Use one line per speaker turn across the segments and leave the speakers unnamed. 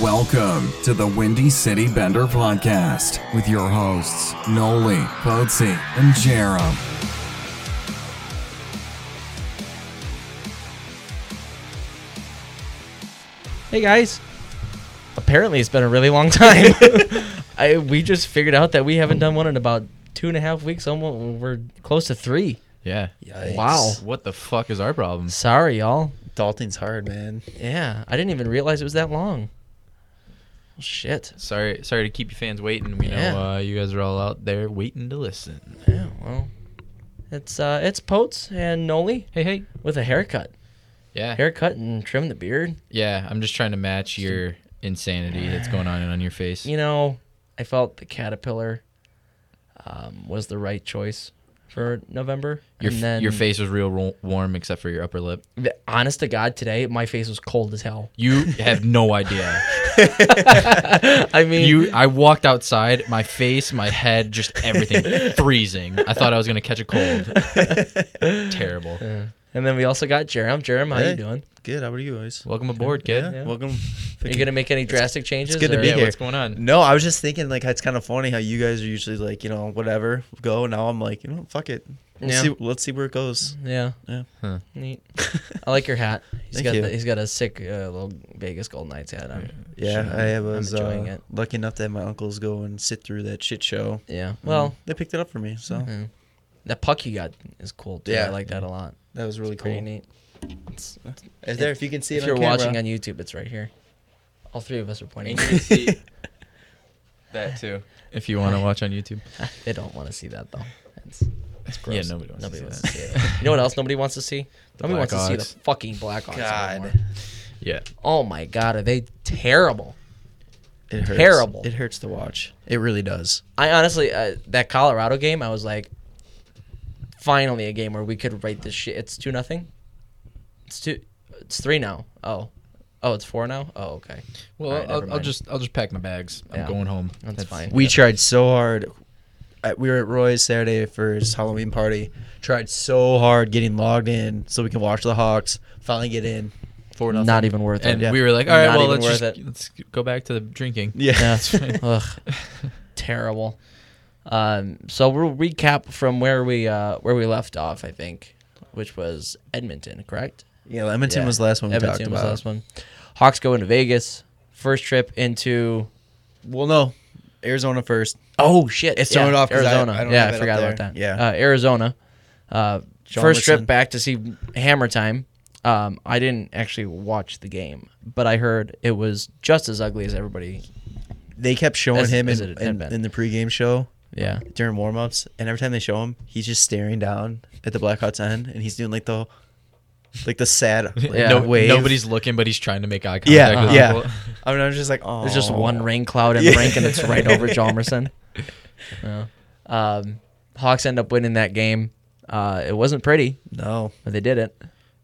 Welcome to the Windy City Bender podcast with your hosts, Noli, Potsy, and Jerem.
Hey guys. Apparently, it's been a really long time. I we just figured out that we haven't done one in about two and a half weeks. Almost, we're close to three.
Yeah.
Wow.
What the fuck is our problem?
Sorry, y'all.
Dalton's hard, man.
Yeah, I didn't even realize it was that long. Shit.
Sorry, sorry to keep you fans waiting. We know
Yeah.
uh, you guys are all out there waiting to listen.
Yeah. Well, it's uh, it's Potes and Noli
Hey, hey.
with a haircut,
Yeah,
haircut and trim the beard.
yeah. I'm just trying to match your insanity that's going on on your face.
You know, I felt the caterpillar um, was the right choice for November.
Your
and
f-
then
your face was real ro- warm except for your upper lip.
the- honest to God, today my face was cold as hell.
You have no idea.
I mean,
You, I walked outside. My face, my head, just everything freezing. I thought I was gonna catch a cold. Terrible.
And then we also got Jerem. Jerem, how
Hey.
you doing?
Good. How are you guys?
Welcome aboard, kid.
yeah,
Yeah.
Welcome.
Are you gonna make any drastic changes?
good to
or-
be
Yeah,
here.
what's going on?
No, I was just thinking like it's kind of funny how you guys are usually like you know whatever go. Now I'm like you know fuck it. Let's
Yeah.
see. Let's see where it goes.
Yeah.
Yeah.
Huh.
Neat. I like your hat. He's
Thank
got
you.
the, he's got a sick uh, little Vegas Golden Knights hat on.
Yeah, I was
I'm enjoying
uh,
it.
lucky enough to have my uncles go and sit through that shit show.
Yeah. Well, mm-hmm.
They picked it up for me, so
yeah. that puck you got is cool too. I
Mm. Yeah.
like that a lot.
that was really cool.
Pretty neat. It's,
Is there if you can see
if
it
you're
on camera.
watching on YouTube, it's right here. All three of us are pointing.
that too. If you want to watch on YouTube.
they don't want to see that though. It's, it's gross.
Yeah, nobody wants to see
wants
that.
to see it. You know what else nobody wants to see? nobody wants to see
Blackhawks.
the fucking Blackhawks.
God.
anymore.
Yeah.
Oh my god, are they terrible?
it hurts.
terrible.
It hurts to watch. It really does.
I honestly, uh, that Colorado game, I was like, finally a game where we could write this shit. It's two nothing. It's two. It's three now. Oh, oh, it's four now. Oh, okay.
Well,
Alright, never
I'll, I'll
mind.
just I'll just pack my bags. I'm
Yeah.
going home.
That's fine.
We tried so hard. Uh, We were at Roy's Saturday for his Halloween party. Tried so hard getting logged in so we can watch the Hawks. Finally get in. Four nothing.
Not even worth
And
it.
Yeah.
we were like, all right,
Not
well,
even
let's just
worth it.
let's go back to the drinking.
Yeah.
Ugh, terrible. Um, so we'll recap from where we uh, where we left off. I think, which was Edmonton, correct?
Yeah. Edmonton
Yeah.
was the last one we
Edmonton
talked
was
about.
the last one. Hawks go into Vegas. First trip into
Well, no. Arizona first.
Oh shit! It's
thrown off 'cause I-
Arizona.
I don't
yeah,
have
I
it
forgot
up
about
there.
that.
Yeah.
uh, Arizona. Uh,
John
first
Lisson.
trip back to see Hammer Time. Um, I didn't actually watch the game, but I heard it was just as ugly as everybody.
They kept showing
As-
him
as
in,
it had
in,
been.
in the pregame show
Yeah,
during warm ups. And every time they show him, he's just staring down at the Blackhawks end and he's doing like the like the sad like,
Yeah.
No,
wave.
nobody's looking, but he's trying to make eye contact.
Yeah.
uh-huh.
with
Yeah.
people.
I mean, I was just like, oh.
there's just one rain cloud in the rink, and it's right over Jalmerson. Yeah. Um, Hawks end up winning that game. Uh, it wasn't pretty,
No.
but they did it.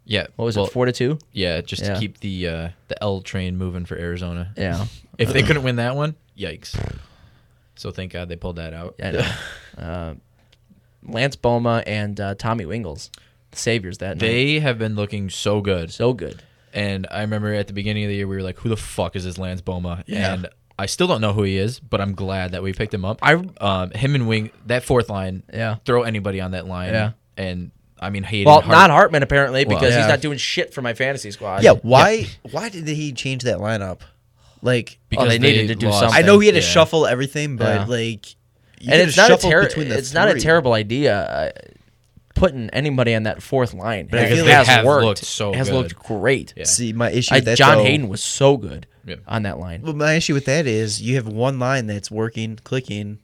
yeah.
What was
well,
it? Four to two.
Yeah, just
Yeah.
to keep the uh, the L train moving for Arizona.
Yeah.
If they couldn't win that one, yikes. So thank God they pulled that out.
I know. uh, Lance Boma and uh, Tommy Wingles, the saviors that night.
They have been looking so good,
so good.
and I remember at the beginning of the year we were like, "Who the fuck is this Lance Boma?"
Yeah.
And I still don't know who he is, but I'm glad that we picked him up.
I-
um, him and Wing that fourth line.
Yeah.
throw anybody on that line.
Yeah.
And I mean, Hayden.
Well,
Hart-
not oh, Hartman apparently
Well,
because
yeah.
he's not doing shit for my fantasy squad.
Yeah. Why? Why did he change that lineup? Like,
Oh, they needed to do
lost.
something.
I know he had to
Yeah.
shuffle everything, but
Yeah.
like,
and
you could
it's not a
shuffle
ter- It's
between the
not a
three.
terrible idea uh, putting anybody on that fourth line.
I
it
feel
has
they
have
worked.
looked so
has
good.
looked great.
Yeah.
See, my issue.
I,
With that,
John
though-
Hayden was so good
Yeah.
on that line.
Well, my issue with that is you have one line that's working, clicking.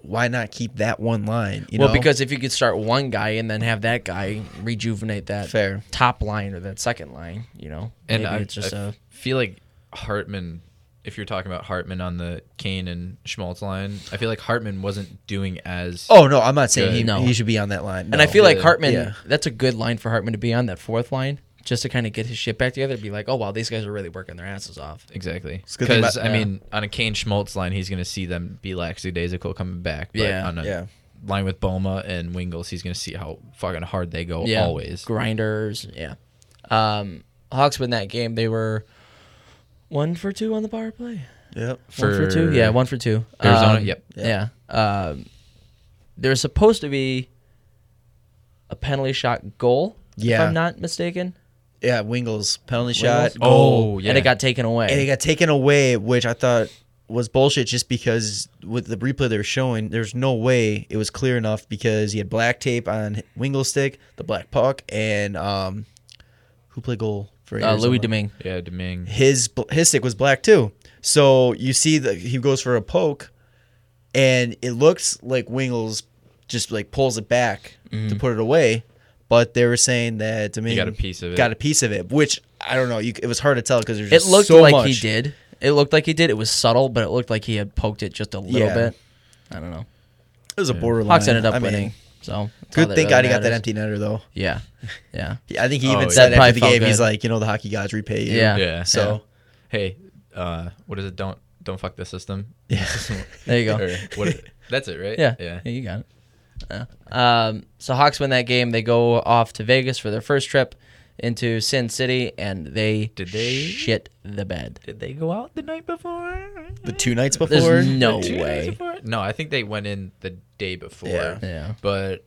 Why not keep that one line? You
well,
know?
because if you could start one guy and then have that guy rejuvenate that
Fair.
top line or that second line, you know,
And
maybe
I,
it's just
I
a
feel like Hartman. If you're talking about Hartman on the Kane and Schmaltz line, I feel like Hartman wasn't doing as.
Oh no, I'm not saying he,
Good.
No.
he should be on that line.
And I
no.
feel like
Yeah.
Hartman,
Oh, Yeah.
that's a good line for Hartman to be on that fourth line, just to kind of get his shit back together. Be like, oh wow, these guys are really working their asses off.
Exactly,
a good thing
because
about-
I
yeah.
mean, on a Kane Schmaltz line, he's going to see them be lackadaisical coming back. But
Yeah.
on a
Yeah.
line with Boma and Wingles, he's going to see how fucking hard they go always.
grinders. Yeah, um, Hawks win that game. They were One for two on the power play.
Yep.
one for two. Yeah, one for two.
Arizona,
Um,
yep.
Yeah. Um, there's supposed to be a penalty shot goal.
Yeah.
If I'm not mistaken.
Yeah, Wingles penalty
Wingles?
shot.
Oh, yeah.
And it got taken away.
and it got taken away, which I thought was bullshit just because with the replay they were showing, there's no way it was clear enough because he had black tape on Wingle's stick, the black puck, and um, who played goal for
uh, Louis
Arizona?
Domingue.
yeah, Domingue.
His bl- his stick was black too, so you see that he goes for a poke, and it looks like Wingles just like pulls it back to
Mm-hmm.
put it away. But they were saying that Domingue
got a piece of it.
Got a piece of it, which I don't know. You, c- it was hard to tell because there's
It
just
looked
so
like he
much.
did. It looked like he did. It was subtle, but it looked like he had poked it just a little
Yeah.
bit. I don't know.
It was a borderline.
Hawks ended up
I mean,
winning. So that's all
Good
that
thing
really
God he got that
matters.
empty netter though.
Yeah. Yeah.
Yeah, I think he
Oh,
even
yeah.
said
That
after
probably
the
felt
game, he's
good.
like, you know, the hockey gods repay you.
Yeah.
Yeah.
So
Hey, uh, what is it? Don't don't fuck the system.
yeah,
There you go.
Or what is- that's it, right?
Yeah.
Yeah.
you got it. Yeah. Um, so Hawks win that game. They go off to Vegas for their first trip into Sin City, and they
Did they-
shit the bed.
Did they go out the night before?
the two nights
There's
before.
no
Two nights
way.
before? No, I think they went in the day before.
Yeah.
Yeah.
But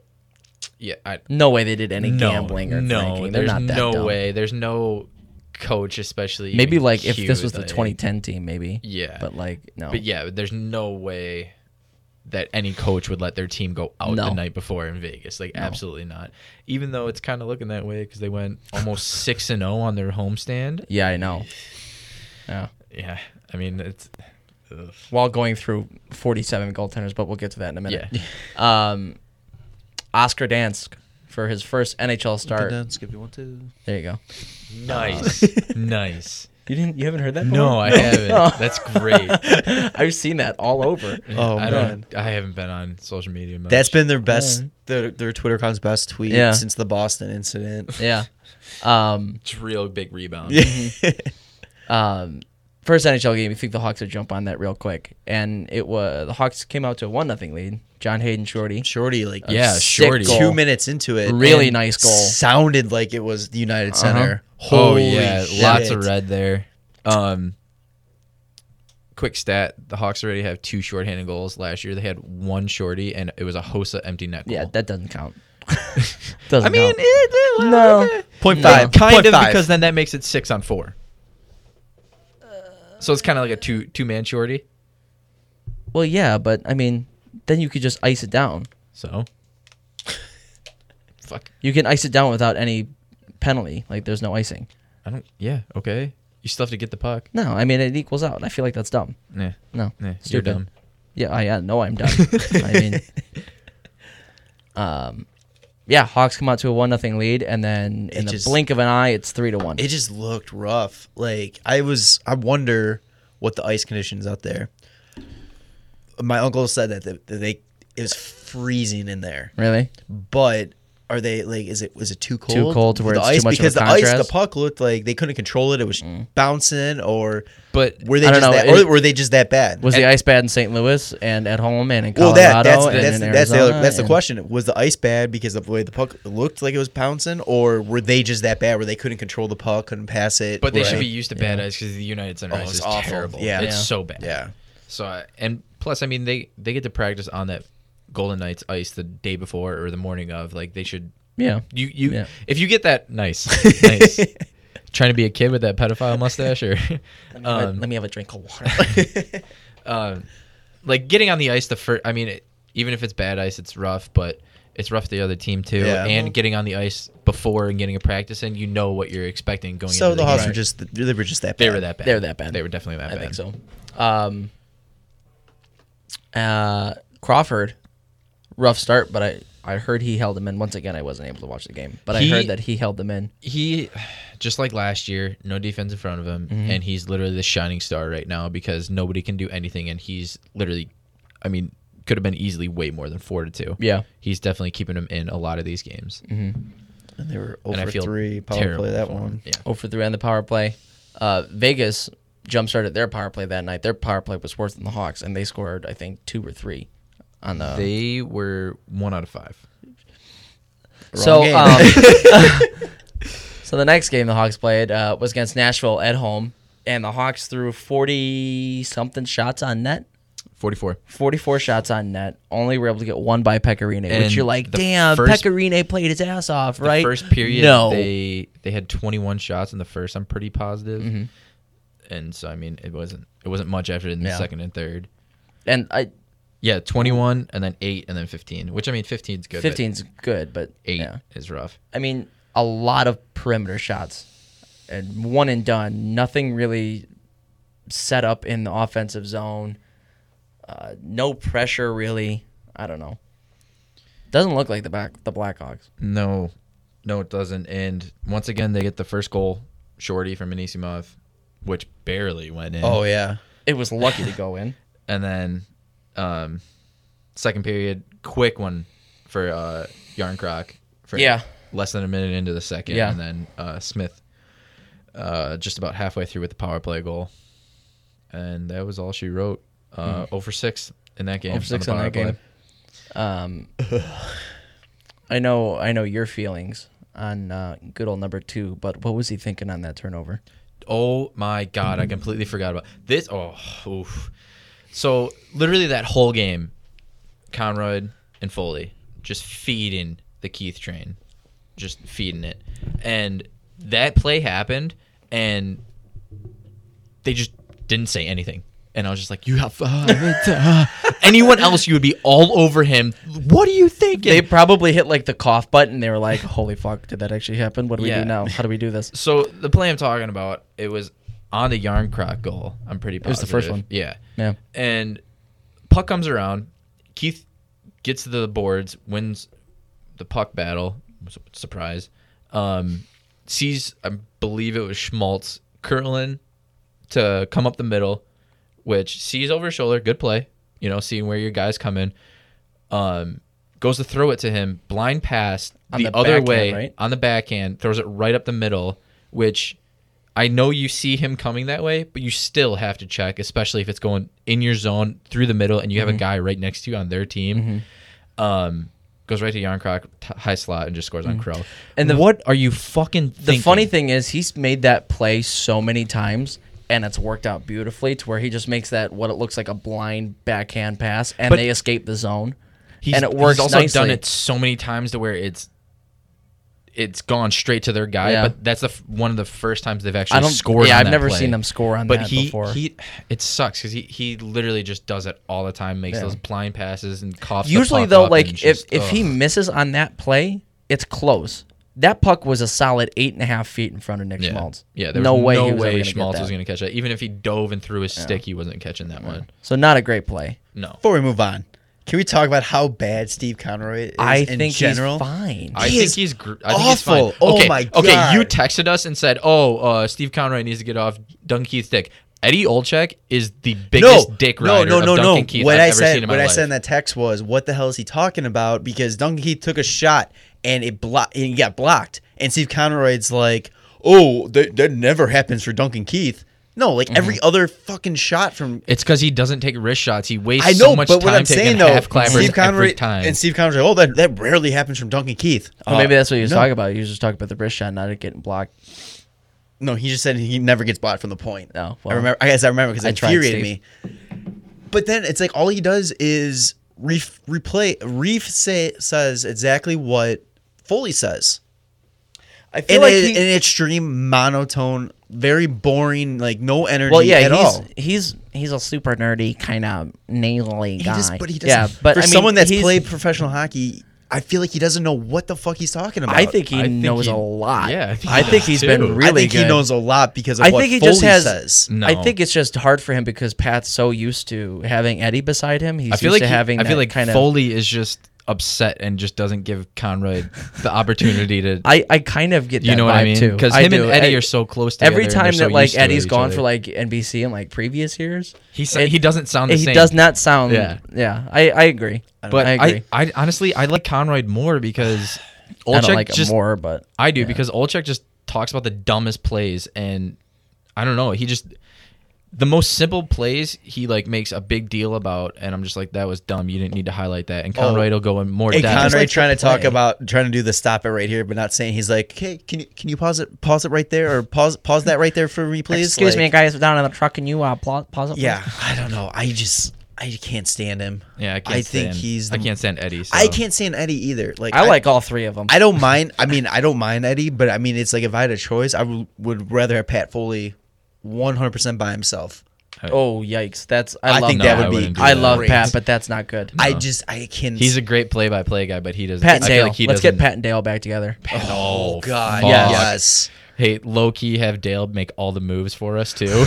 yeah, I
No way they did any
no,
gambling or
no,
drinking. They're
There's
not that
no
dumb.
way. There's no coach, especially.
Maybe
even
like if this
cued,
was the
like-
2010 team, maybe.
Yeah.
But like no.
But yeah, there's no way that any coach would let their team go out
No.
the night before in Vegas. Like absolutely not. Even though it's kind of looking that way because they went almost six and zero on their homestand.
Yeah, I know. Yeah.
Yeah, I mean it's. ugh.
While going through 47 goaltenders, but we'll get to that in a minute.
Yeah,
Um, Oscar Dansk for his first NHL start. There you go.
nice, nice.
You didn't. You haven't heard that?
No, I haven't. That's great.
I've seen that all over.
Oh
I
man,
don't. I haven't been on social media. Much.
that's been their best, their their Twitter account's best tweet
Yeah.
since the Boston incident.
Yeah. Um,
It's real big rebound.
um, first NHL game, you think the Hawks would jump on that real quick, and it was the Hawks came out to a one nothing lead. John Hayden Shorty,
Shorty, like
Yeah,
sick
shorty.
goal.
two minutes into it,
Really
and
nice goal. Uh-huh.
Sounded like it was the United Center.
Oh
Holy
yeah, lots of
shit.
red there. Um, quick stat: the Hawks already have two shorthanded goals last year. They had one shorty, and it was a Hosa empty net goal.
yeah, that doesn't count. doesn't
I mean,
count.
it,
No.
Point
No.
five,
kind
point
of
five.
because then that makes it six on four. So it's kind of like a two two man shorty.
well, yeah, but I mean, then you could just ice it down.
So, fuck.
You can ice it down without any penalty. Like there's no icing.
I don't. Yeah. Okay. You still have to get the puck.
No, I mean it equals out. I feel like that's dumb.
Yeah.
No,
Yeah. You're
stupid.
dumb.
Yeah, I uh, know I'm done. I mean, um, yeah, Hawks come out to a one nothing lead, and then in
It
the
just-
blink of an eye, it's three to one.
it just looked rough. Like I was, I wonder what the ice conditions out there. My uncle said that they, that they it was freezing in there,
really?
but are they like? Is it was it too cold?
cold to where
the
it's too
ice
much of a
because the ice,
contrast? Mm.
the puck looked like they couldn't control it. It was bouncing, or
But
were they
I don't
just
know,
that,
it-
or were they just that bad?
Was the ice bad in St. Louis and at home and in
well,
Colorado?
that that's
and
that's,
in
that's the other,
Arizona
that's the
and-
question. Was the ice bad because of the way the puck looked like it was bouncing, or were they just that bad where they couldn't control the puck, couldn't pass it?
But they
Right.
should be used to bad ice because the United Center
Oh,
ice
it's
is
awful.
terrible.
Yeah.
it's
Yeah.
so bad.
yeah.
So I- and plus, I mean, they they get to practice on that Golden Knights ice the day before or the morning of. Like they should.
Yeah.
You you
Yeah.
if you get that nice nice. Trying to be a kid with that pedophile mustache, or
Let-
um,
let me have a drink of water.
um, like getting on the ice the first. I mean, it, even if it's bad ice, it's rough, but it's rough to the other team too.
Yeah.
And getting on the ice before and getting a practice in, you know what you're expecting going.
So
into
the
the
Hawks
game.
were just they were just that bad.
they were that bad.
They were that bad.
They were definitely that
I
bad.
think so. Um, uh, Crawford, rough start, but I, I heard he held them in. Once again, I wasn't able to watch the game, but
He-
I heard that he held them in.
he just like last year no defense in front of him
Mm-hmm.
and he's literally the shining star right now because nobody can do anything and he's literally i mean could have been easily way more than four to two
Yeah. Mm-hmm.
he's definitely keeping him in a lot of these games
And they were
and
over
i feel
three power
terrible
play that
for him.
one.
yeah
0 for 3 on the power play. Uh, Vegas jump started their power play that night. Their power play was worse than the Hawks, and they scored, I think, two or three on the.
they were one out of five
so,
game.
um, so the next game the Hawks played uh, was against Nashville at home. and the Hawks threw 40 something shots on net.
44.
44 shots on net. Only were able to get one by Pecorine,
And
which you're like,
the
damn,
first-
Pecorine played his ass off, right?
The first period,
No.
they they had 21 shots in the first. I'm pretty positive.
Mm-hmm.
And so I mean, it wasn't it wasn't much after in the
Yeah.
second and third.
and uh, I,
Yeah, 21 and then 8 and then 15, which I mean 15's good. but
15's good, but
8
yeah.
is rough.
I mean, a lot of perimeter shots and one and done. Nothing really set up in the offensive zone. Uh, no pressure, really. I don't know. Doesn't look like the back the Blackhawks.
No. No, it doesn't. And once again, they get the first goal shorty from Anisimov, which barely went in.
Oh yeah.
It was lucky to go in.
and then um second period quick one for uh yarn croc for
Yeah.
less than a minute into the second
Yeah.
and then uh smith uh just about halfway through with the power play goal and that was all she wrote uh oh for 6 in that
0 Hmm.
game
for 6
on
on
the
that
power
game. Um, I know, I know your feelings on uh, good old number two, but what was he thinking on that turnover?
play. oh my god i completely forgot about this oh oof. so literally that whole game conrad and foley just feeding the keith train just feeding it. And that play happened, and they just didn't say anything. And I was just like, "You have uh, anyone else? You would be all over him. What are you thinking?"
They probably hit like the cough button. They were like, "Holy fuck, did that actually happen? What do we
Yeah.
do now? How do we do this?"
so the play I'm talking about, it was on the yarn croc goal. I'm pretty positive.
was the first one.
Yeah.
Yeah.
And puck comes around. Keith gets to the boards, wins the puck battle. Su- Surprise. Um, sees, I believe it was Schmaltz curling to come up the middle, which sees over his shoulder. Good play. You know, seeing where your guys come in. Um, goes to throw it to him. Blind pass
On
the,
the
other
backhand,
way
right?
on the backhand. Throws it right up the middle, which I know you see him coming that way, but you still have to check, especially if it's going in your zone through the middle and you have
Mm-hmm.
a guy right next to you on their team. Um, goes right to Yarncroc, t- high slot, and just scores on Crow.
Mm-hmm. And
And
the-
what are you fucking
The funny thing is, he's made that play so many times, and it's worked out beautifully to where he just makes that what it looks like a blind backhand pass, and
But-
they escape the zone,
he's,
and it works
he's also
nicely.
done it so many times to where it's it's gone straight to their guy,
Yeah.
but that's the f- one of the first times they've actually
I don't.
scored.
yeah,
on
I've
that
never
play.
seen them score on
But
that
he,
before.
he, it sucks because he, he literally just does it all the time, makes
Yeah.
those blind passes and coughs. the
Usually
puck
though,
up
like
and
if
just-
if he
ugh.
misses on that play, it's close. That puck was a solid eight and a half feet in front of Nick
Yeah.
Schmaltz.
Yeah, there
no
was
way
no
he was ever
way
gonna get
Schmaltz
that.
was going to catch that. Even if he dove and threw his stick, he wasn't catching that one.
So not a great play.
No.
Before we move on, can we talk about how bad Steve Conroy is
I
in
think
general?
he's fine.
I
He
think
is
he's gr- I think he's fine.
awful. Oh
okay,
my
Okay, you
God.
texted us and said, "Oh, uh, Steve Conroy needs to get off Duncan Keith's dick." Eddie Olchek is the biggest dick rider
No, no,
of
no,
Duncan
no.
Keith
what
I've
I
ever
said,
seen in my
what
life.
I said in that text was, "What the hell is he talking about?" Because Duncan Keith took a shot and it blocked, and he got blocked. And Steve Conroy's like, "Oh, that, that never happens for Duncan Keith." No, like every
Mm-hmm.
other fucking shot from.
it's because he doesn't take wrist shots. He wastes
I know,
so much
but
time
what I'm
taking
saying though,
half clappers
Steve Conroy
every time.
and Steve Conroy's like, "Oh, that that rarely happens from Duncan Keith."
Well,
Uh,
Oh, maybe that's what he was
no.
talking about. He was just talking about the wrist shot, not it getting blocked.
No, he just said he never gets blocked from the point.
Oh,
I
well.
remember. I guess I remember because it
I tried,
infuriated me. But then it's like all he does is reef replay. Reef say, says exactly what Foley says
I
in a- in an extreme monotone, very boring, like no energy
well, yeah,
at
he's,
all.
he's he's a super nerdy kind of nasally
He
guy.
just, but he doesn't.
yeah, but
for
I mean,
someone that's
he's-
played professional hockey, I feel like he doesn't know what the fuck he's talking about.
I think he
I think
knows
he-
a lot.
yeah, I think
I
he
think
does
he's
too.
been really
I think
good.
he knows a lot because of
I
what
think he
Foley
just has. Mm,
says.
No.
I think it's just hard for him because Pat's so used to having Eddie beside him. He's
I feel
used
like
to
he-
having.
I feel
that
like
kind of.
Foley is just upset and just doesn't give Conroy the opportunity to.
I, I kind of get that
you know what I
vibe,
mean?
too.
Because
I
him
do.
and Eddie
I-
are so close together.
Every
and
time
they're
that
so
like
used to
Eddie's
each
gone
other.
for like NBC in like previous years,
He sa-
it-
he doesn't sound the
he
same.
does not sound.
Yeah.
yeah. I, I agree.
But
I
I,
agree.
I, honestly I like Conroy more because
I, don't
Olchek
like
just
it more, but
I do because Olchek just talks about the dumbest plays and I don't know he just the most simple plays he like makes a big deal about, and I'm just like, that was dumb. You didn't need to highlight that.
Oh.
And Conroy will go in more
Hey,
depth.
Conroy
Like,
trying to
play.
talk about trying to do the stop it right here, but not saying he's like, okay, can you can you pause it pause it right there or pause pause that right there for me, please?
Excuse me,
Like,
guys, down in the truck, can you uh, pause, pause it? please?
Yeah, I don't know. I just I can't stand him.
Yeah, I can't.
I think
stand-
he's.
I
The,
can't stand Eddie. So.
I can't stand Eddie either. Like
I like all three of them.
I don't mind. I mean, I don't mind Eddie, but I mean, it's like if I had a choice, I w- would rather have Pat Foley, one hundred percent by himself.
oh yikes, that's I,
I
love
think
that
that.
would I be
would
wouldn't
be.
do
I
that.
love
great.
Pat, but that's not good.
I just I can.
He's a great play-by-play guy, but he doesn't.
Pat and
I feel
Dale.
like he
Let's get
doesn't-
Pat and Dale back together.
Oh,
God.
fuck.
Yes.
Yes.
Hey, low key, have Dale make all the moves for us too.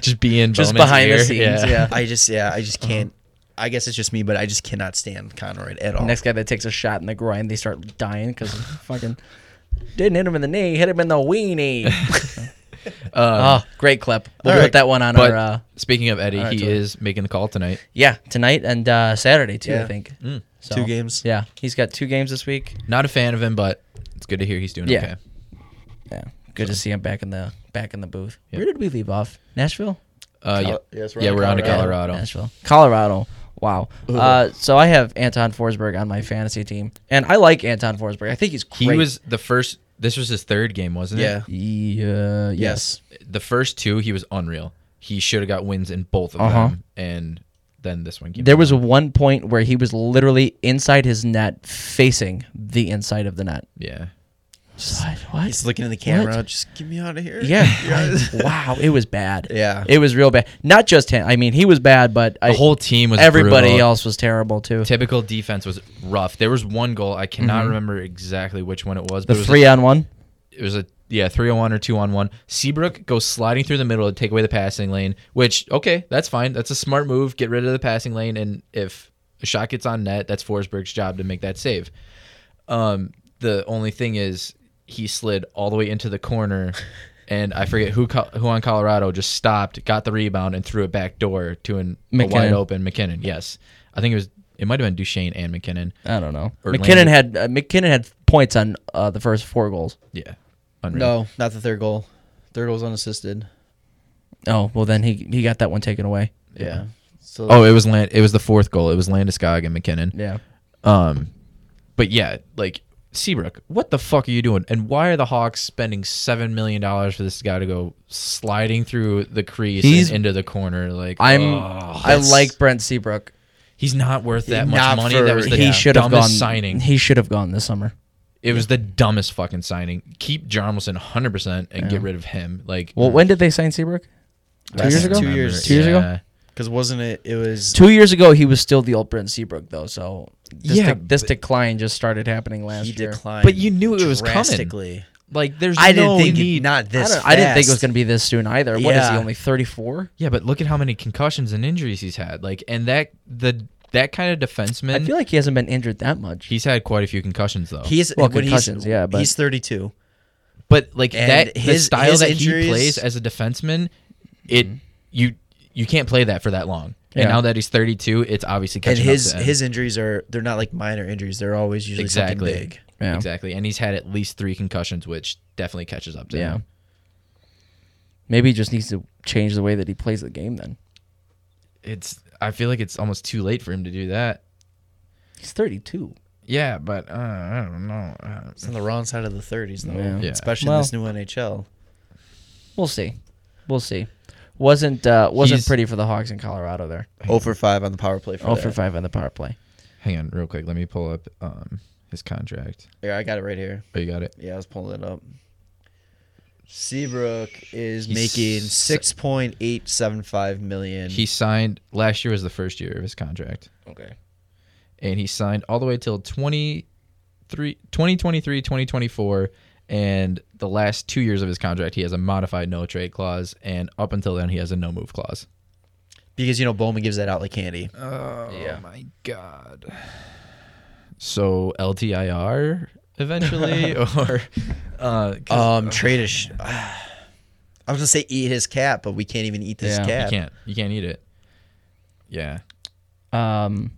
just be in
Just
Bowman's
behind the
ear.
scenes, yeah.
I just yeah. I just can't. I guess it's just me, but I just cannot stand Conrad at all.
Next guy that takes a shot in the groin, they start dying because fucking didn't hit him in the knee, hit him in the weenie. oh, great clip. We'll
All
put
right.
that one on
But
our. Uh,
speaking of Eddie,
All right,
he
Jordan.
is making the call tonight.
yeah, tonight and uh, Saturday too. I
Yeah.
think So,
Mm. Two games.
Yeah, he's got two games this week.
Not a fan of him, but it's good to hear he's doing
Yeah.
okay.
Yeah, good to see him back in the back in the booth.
Yeah.
Where did we leave off? Nashville.
Uh,
Col-
yeah,
yes, we're
yeah,
on
we're on to
Yeah,
Colorado.
Nashville. Colorado. Wow. Uh, so I have Anton Forsberg on my fantasy team, and I like Anton Forsberg. I think he's
He
great.
was the first. This was his third game, wasn't
Yeah.
it?
Yeah, yes.
Yes.
The first two, he was unreal. He should have got wins in both of
Uh-huh.
them, and then this one. Came
There was one point where he was literally inside his net, facing the inside of the net.
yeah.
Just like, what?
He's looking in the camera.
What?
Just get me out of here.
Yeah. wow. It was bad.
Yeah.
It was real bad. Not just him. I mean, he was bad, but I,
The whole team was
everybody
brutal.
else was terrible too.
Typical defense was rough. There was one goal I cannot remember exactly which one it was.
Mm-hmm. The
But it was a
three on one.
it was a yeah three on one or two on one. Seabrook goes sliding through the middle to take away the passing lane, which okay, that's fine. That's a smart move. Get rid of the passing lane, and if a shot gets on net, that's Forsberg's job to make that save. Um, the only thing is he slid all the way into the corner, and I forget who co- who on Colorado just stopped, got the rebound, and threw it back door to an a
McKinnon.
wide open McKinnon. Yes, I think it was. It might have been Duchesne and McKinnon.
I don't know.
Or
McKinnon
Landry.
had uh, McKinnon had points on uh, the first four goals.
Yeah, unreal.
No, not the third goal. Third goal's unassisted.
Oh well, then he he got that one taken away.
Yeah. So
Oh, it was Land. It was the fourth goal. It was Landeskog and McKinnon.
Yeah.
Um, but yeah, like Seabrook, what the fuck are you doing? And why are the Hawks spending seven million dollars for this guy to go sliding through the crease
He's-
and into the corner? Like
I'm
ugh,
I like Brent Seabrook.
he's not worth that much
Not
money.
for-
that was the
he should have
dumbest
gone
signing.
He should have gone this summer.
It was the dumbest fucking signing. Keep Jarmelson 100 percent and get rid of him. Like
Well, when did they sign Seabrook? Two
Last
years ago.
two years.
Two years ago?
Yeah.
because wasn't it? It was.
Two years ago, he was still the old Brent Seabrook though. So this
Yeah,
de- this
but-
decline just started happening last
he
year.
declined.
But you knew it was coming.
drastically.
Like there's
I
no
didn't think
need.
not
I,
this.
don't- I didn't think it was
fast.
going to be this soon either. What is he
Yeah.
only thirty four?
Yeah, but look at how many concussions and injuries he's had. Like and that the that kind of defenseman.
I feel like he hasn't been injured that much.
He's had quite a few concussions though.
He's
Well,
when
concussions,
he's,
yeah, but-
he's 32.
but like
And
that his,
his-
style
his
that he
injuries- Mm-hmm.
plays as a defenseman, it you you can't play that for that long.
Yeah.
And now that he's 32, it's obviously
And
catching up
his
to him.
his injuries are they're not like minor injuries. They're always usually
exactly
something big.
Yeah.
exactly. And he's had at least three concussions, which definitely catches up to
yeah.
him.
Maybe he just needs to change the way that he plays the game. Then
It's I feel like it's almost too late for him to do that.
he's thirty two.
Yeah, but uh, I don't know. Uh,
It's on the wrong side of the 30s though,
Yeah.
Yeah.
especially
Well-
in this new NHL.
We'll see. We'll see. Wasn't uh, wasn't
He's-
pretty for the Hawks in Colorado there.
0 for 5 on the power play for
Oh
0
for five on the power play.
hang on, real quick. Let me pull up um his contract.
Here, I got it right here.
Oh, you got it.
Yeah, I was pulling it up. Seabrook is
He's
making
s-
6.875 million.
He signed last year was the first year of his contract.
Okay.
and he signed all the way till 23 2023 2024 and the last two years of his contract he has a modified no trade clause and up until then he has a no move clause
because you know Bowman gives that out like candy.
oh
Yeah.
my god so ltir eventually or uh 'cause
Um trade a sh- I was going to say eat his cat, but we can't even eat this
Yeah. You
you
cat.
can't you can't eat it yeah
Um,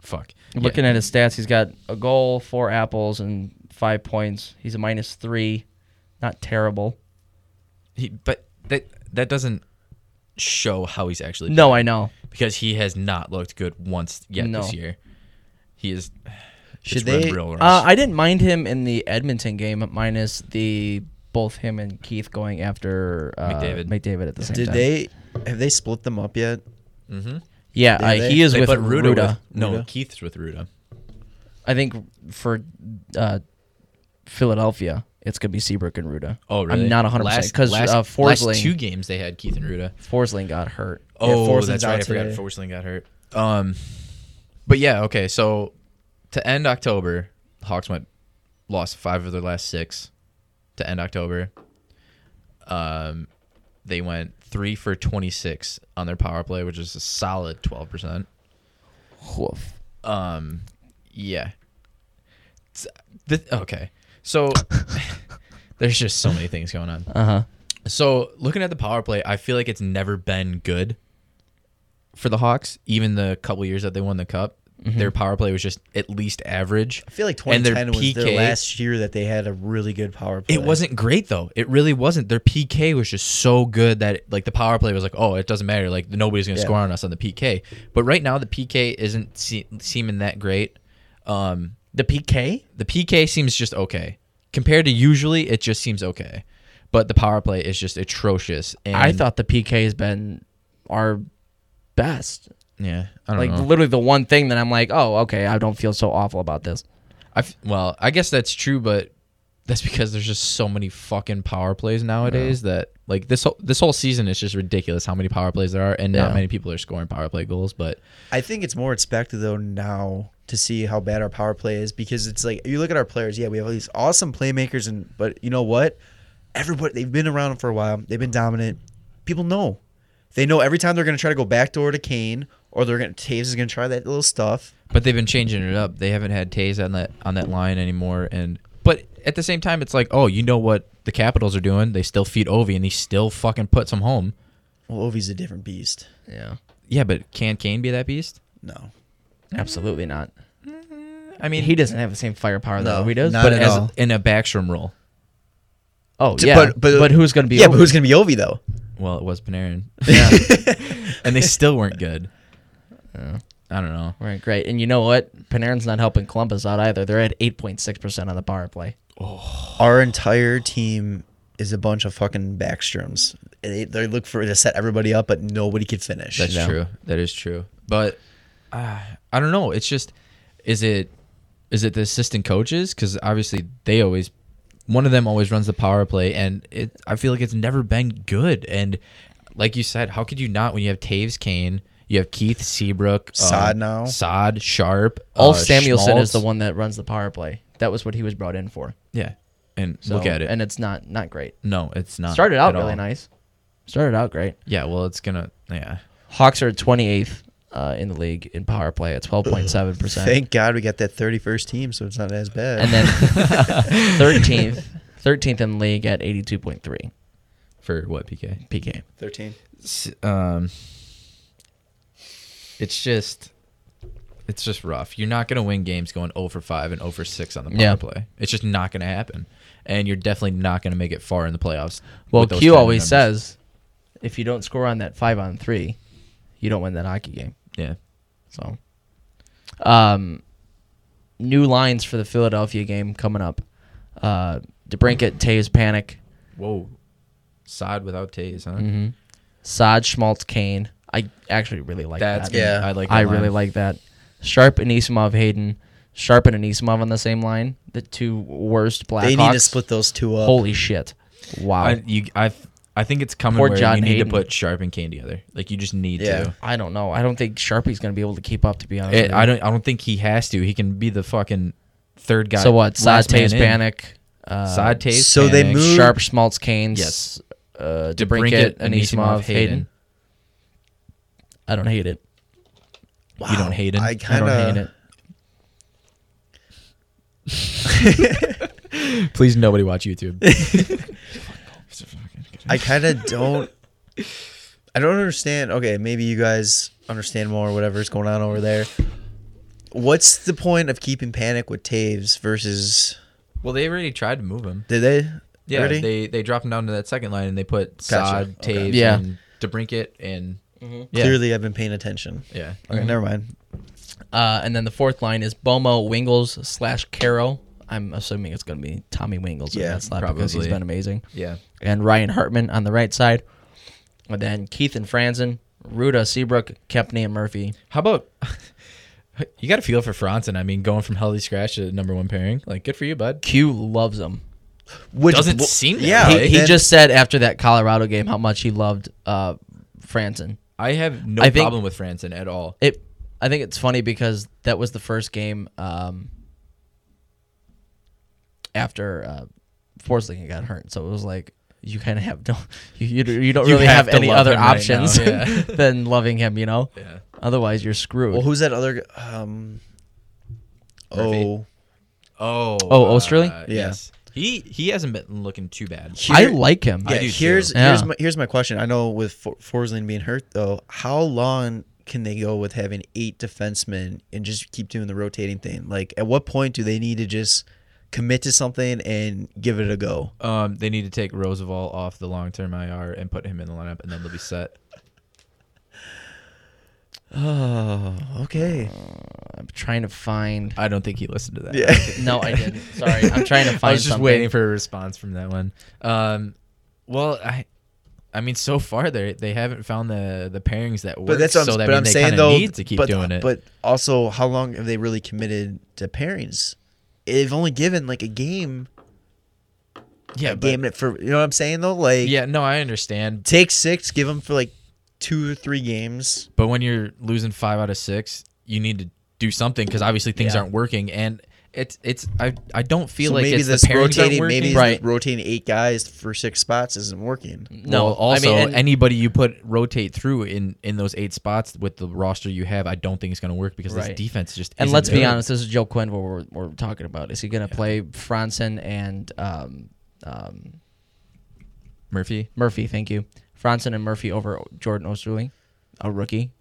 fuck
looking at his stats, he's got a goal, four apples, and five points. He's a minus three. Not terrible.
He, but that that doesn't show how he's actually.
No, I know.
because he has not looked good once yet
No.
this year. He is.
Should
it's
they-
real rough.
Uh, I didn't mind him in the Edmonton game, minus the both him and Keith going after uh,
McDavid.
McDavid at the same
Did
time.
they have they split them up yet?
Yeah,
Did
uh,
they?
he is
they
with
put Ruda.
Ruda.
with- no,
Ruda.
Keith's with Ruda.
I think for uh, Philadelphia, it's gonna be Seabrook and Ruda.
Oh, really?
I'm not 100 percent
Last-
because
last-
uh,
last
Forsling
two games they had Keith and Ruda.
Forsling got hurt.
Oh,
Forsling's
that's
out
right. I forgot
today.
Forsling got hurt. Um, but yeah, okay. So to end October, the Hawks went lost five of their last six. To end October, um, they went three for twenty six on their power play, which is a solid twelve percent.
Woof.
Um, yeah. It's- th- okay, so there's just so many things going on.
Uh huh.
So looking at the power play, I feel like it's never been good for the Hawks. Even the couple years that they won the cup, their power play was just at least average.
I feel like
And their
2010 was their
PK
last year that they had a really good power play.
It wasn't great though. It really wasn't. Their PK was just so good that like the power play was like, oh, it doesn't matter. Like nobody's gonna
Yeah.
score on us on the PK. But right now the PK isn't se- seeming that great. Um,
The PK.
the PK seems just okay compared to usually. It just seems okay. But the power play is just atrocious. And,
I thought the PK has been our best.
yeah, I don't
Like
Uh-huh.
know.
literally the one thing that I'm like, oh, okay, I don't feel so awful about this.
I f- well, I guess that's true, but that's because there's just so many fucking power plays nowadays that like this whole this whole season is just ridiculous how many power plays there are and not
Yeah.
many people are scoring power play goals. But
I think it's more expected though now to see how bad our power play is because it's like you look at our players. Yeah, we have all these awesome playmakers, and but you know what? Everybody they've been around for a while. They've been dominant. People know. They know every time they're going to try to go backdoor to Kane or they're going to Taves is going to try that little stuff.
but they've been changing it up. They haven't had Tays on that on that line anymore. And but at the same time, it's like oh, you know what the Capitals are doing? They still feed Ovi and he still fucking puts them home.
Well, Ovi's a different beast.
Yeah.
Yeah, but can Kane be that beast?
No,
Absolutely not.
I mean,
He doesn't have the same firepower that
No,
Ovi does.
not
but
at
as
as
all.
in a backstrom role.
oh
To-
yeah,
but-
but,
but-
but, who's gonna be?
yeah, but
Ovi?
who's going to be Ovi though?
Well, it was Panarin,
Yeah.
and they still weren't good. I don't know.
All right, great. And you know what? Panarin's not helping Columbus out either. They're at eight point six percent on the power play.
Our entire team is a bunch of fucking backstroms. They, they look for to set everybody up, but nobody could finish.
That's
you know?
true. That is true. But uh, I don't know. It's just is it is it the assistant coaches? Because obviously they always one of them always runs the power play, and it I feel like it's never been good. And like you said, how could you not when you have Taves Kane? You have Keith Seabrook, um,
Sod now.
Sod Sharp.
All
uh,
Samuelson is the
Schmaltz.
one that runs the power play. That was what he was brought in for.
Yeah, and
So,
look at it.
and it's not not great.
no, it's not.
Started out
at
really
all.
nice. Started out great.
Yeah, well, it's gonna. Yeah,
Hawks are twenty eighth uh, in the league in power play at twelve point seven percent.
Thank God we got that 31st team, so it's not as bad.
and then thirteenth, thirteenth in the league at eighty two point three
for what PK?
PK.
13.
s- um it's just it's just rough. You're not going to win games going 0 for 5 and 0 for 6 on the power
Yeah.
play. It's just not going to happen. And you're definitely not going to make it far in the playoffs.
Well,
with those
Q
kind of
always
numbers.
says, if you don't score on that five on three, you don't win that hockey game.
Yeah.
So, um, new lines for the Philadelphia game coming up. Uh, DeBrinket, Taves, Panic,
Whoa. Sod without Tays, huh?
Mm-hmm. Sod, Schmaltz, Kane. I actually really like
That's
that.
gonna-
Yeah.
I like that
I
line.
really like that. Sharp, Anisimov, Hayden. Sharp and Anisimov on the same line. The two worst Blackhawks.
They need to split those two up.
Holy shit! Wow.
I you I I think it's coming
Poor
where
John
you need
Hayden.
to put Sharp and Kane together. Like you just need
Yeah.
to.
I don't know. I don't think Sharpie's gonna be able to keep up. To be honest,
It,
with
I
you.
don't I don't think he has to. He can be the fucking third guy.
So what? Sod,
last man
Taves,
in.
Panic, uh,
Sod Taves.
So they
Panik,
moved-
Sharp, Schmaltz, Keynes,
Yes.
uh, DeBrinket,
DeBrincat,
Anisimov,
Anisimov,
Hayden.
Hayden.
I don't hate it.
You don't hate it.
I
You don't
kind
I don't hate
of.
it.
Please, nobody watch YouTube.
I kind of don't. I don't understand. Okay, maybe you guys understand more. Whatever's going on over there. What's the point of keeping panic with Taves versus?
well, they already tried to move him.
Did they?
Yeah,
Really?
they they dropped him down to that second line and they put
Gotcha.
Sod,
Okay.
Taves,
Yeah.
and DeBrinket and yeah,
Clearly, I've been paying attention.
yeah. Mm-hmm.
Okay, never mind.
Uh, and then the fourth line is Bomo Wingles slash Carroll. I'm assuming it's going to be Tommy Wingles yeah,
Yeah,
in that slot because he's
probably.
been amazing.
Yeah.
And Ryan Hartman on the right side. And then Keith and Franzen, Ruda, Seabrook, Kepney, and Murphy.
How about you got a feel for Franson? I mean, going from healthy scratch to number one pairing, like good for you, bud.
Q loves him.
Which
Doesn't
well,
seem that
yeah.
way.
He, he
then-
just said after that Colorado game how much he loved uh, Franzen.
I have no
I think-
problem with Franson at all.
It, I think it's funny because that was the first game um, after uh, Forsling got hurt, so it was like you kind of have no, you, you, you don't
You
really
have
have,
to
any
love
other
him right now,
options
yeah.
than loving him, you know.
Yeah.
Otherwise, you're screwed.
Well, who's that other? g- Um, oh,
Oh.
Oh, Osterley?
uh,
Yeah.
Yes. He he hasn't been looking too bad.
I
here-
like him.
Yeah,
I do too.
here's
Yeah.
here's my here's my question. I know with For- Forsling being hurt though, how long can they go with having eight defensemen and just keep doing the rotating thing? Like, at what point do they need to just commit to something and give it a go?
Um, they need to take Roosevelt off the long term IR and put him in the lineup, and then they'll be set.
Oh, okay.
I'm trying to find.
I don't think he listened to that.
Yeah.
No, I didn't. Sorry, I'm trying to find.
I was just
something.
waiting for a response from that one. Um, well, I, I mean, so far they they haven't found the the pairings that work.
But that's what I'm,
so that
but
mean,
I'm
they
saying
kinda
though,
need to keep
but,
doing it.
But also, how long have they really committed to pairings? They've only given like a game,
yeah,
a
but-
game for you know what I'm saying though. Like,
yeah, no, I understand.
take six, give them for like two or three games.
But when you're losing five out of six, you need to do something because obviously things
Yeah.
aren't working, and it's it's I I don't feel
So
like
maybe
it's
this
the pairings aren't
rotating,
working.
maybe
Right.
rotating eight guys for six spots isn't working.
No,
Well, also
I mean, and-
anybody you put rotate through in in those eight spots with the roster you have, I don't think it's going to work because
Right.
this defense just
And
isn't
let's be
good.
honest, this is Joe Quinn what we're, we're talking about. Is he going to play Franson and um, um,
Murphy.
Murphy? Thank you. Franson and Murphy over O- Jordan Osterling, a rookie.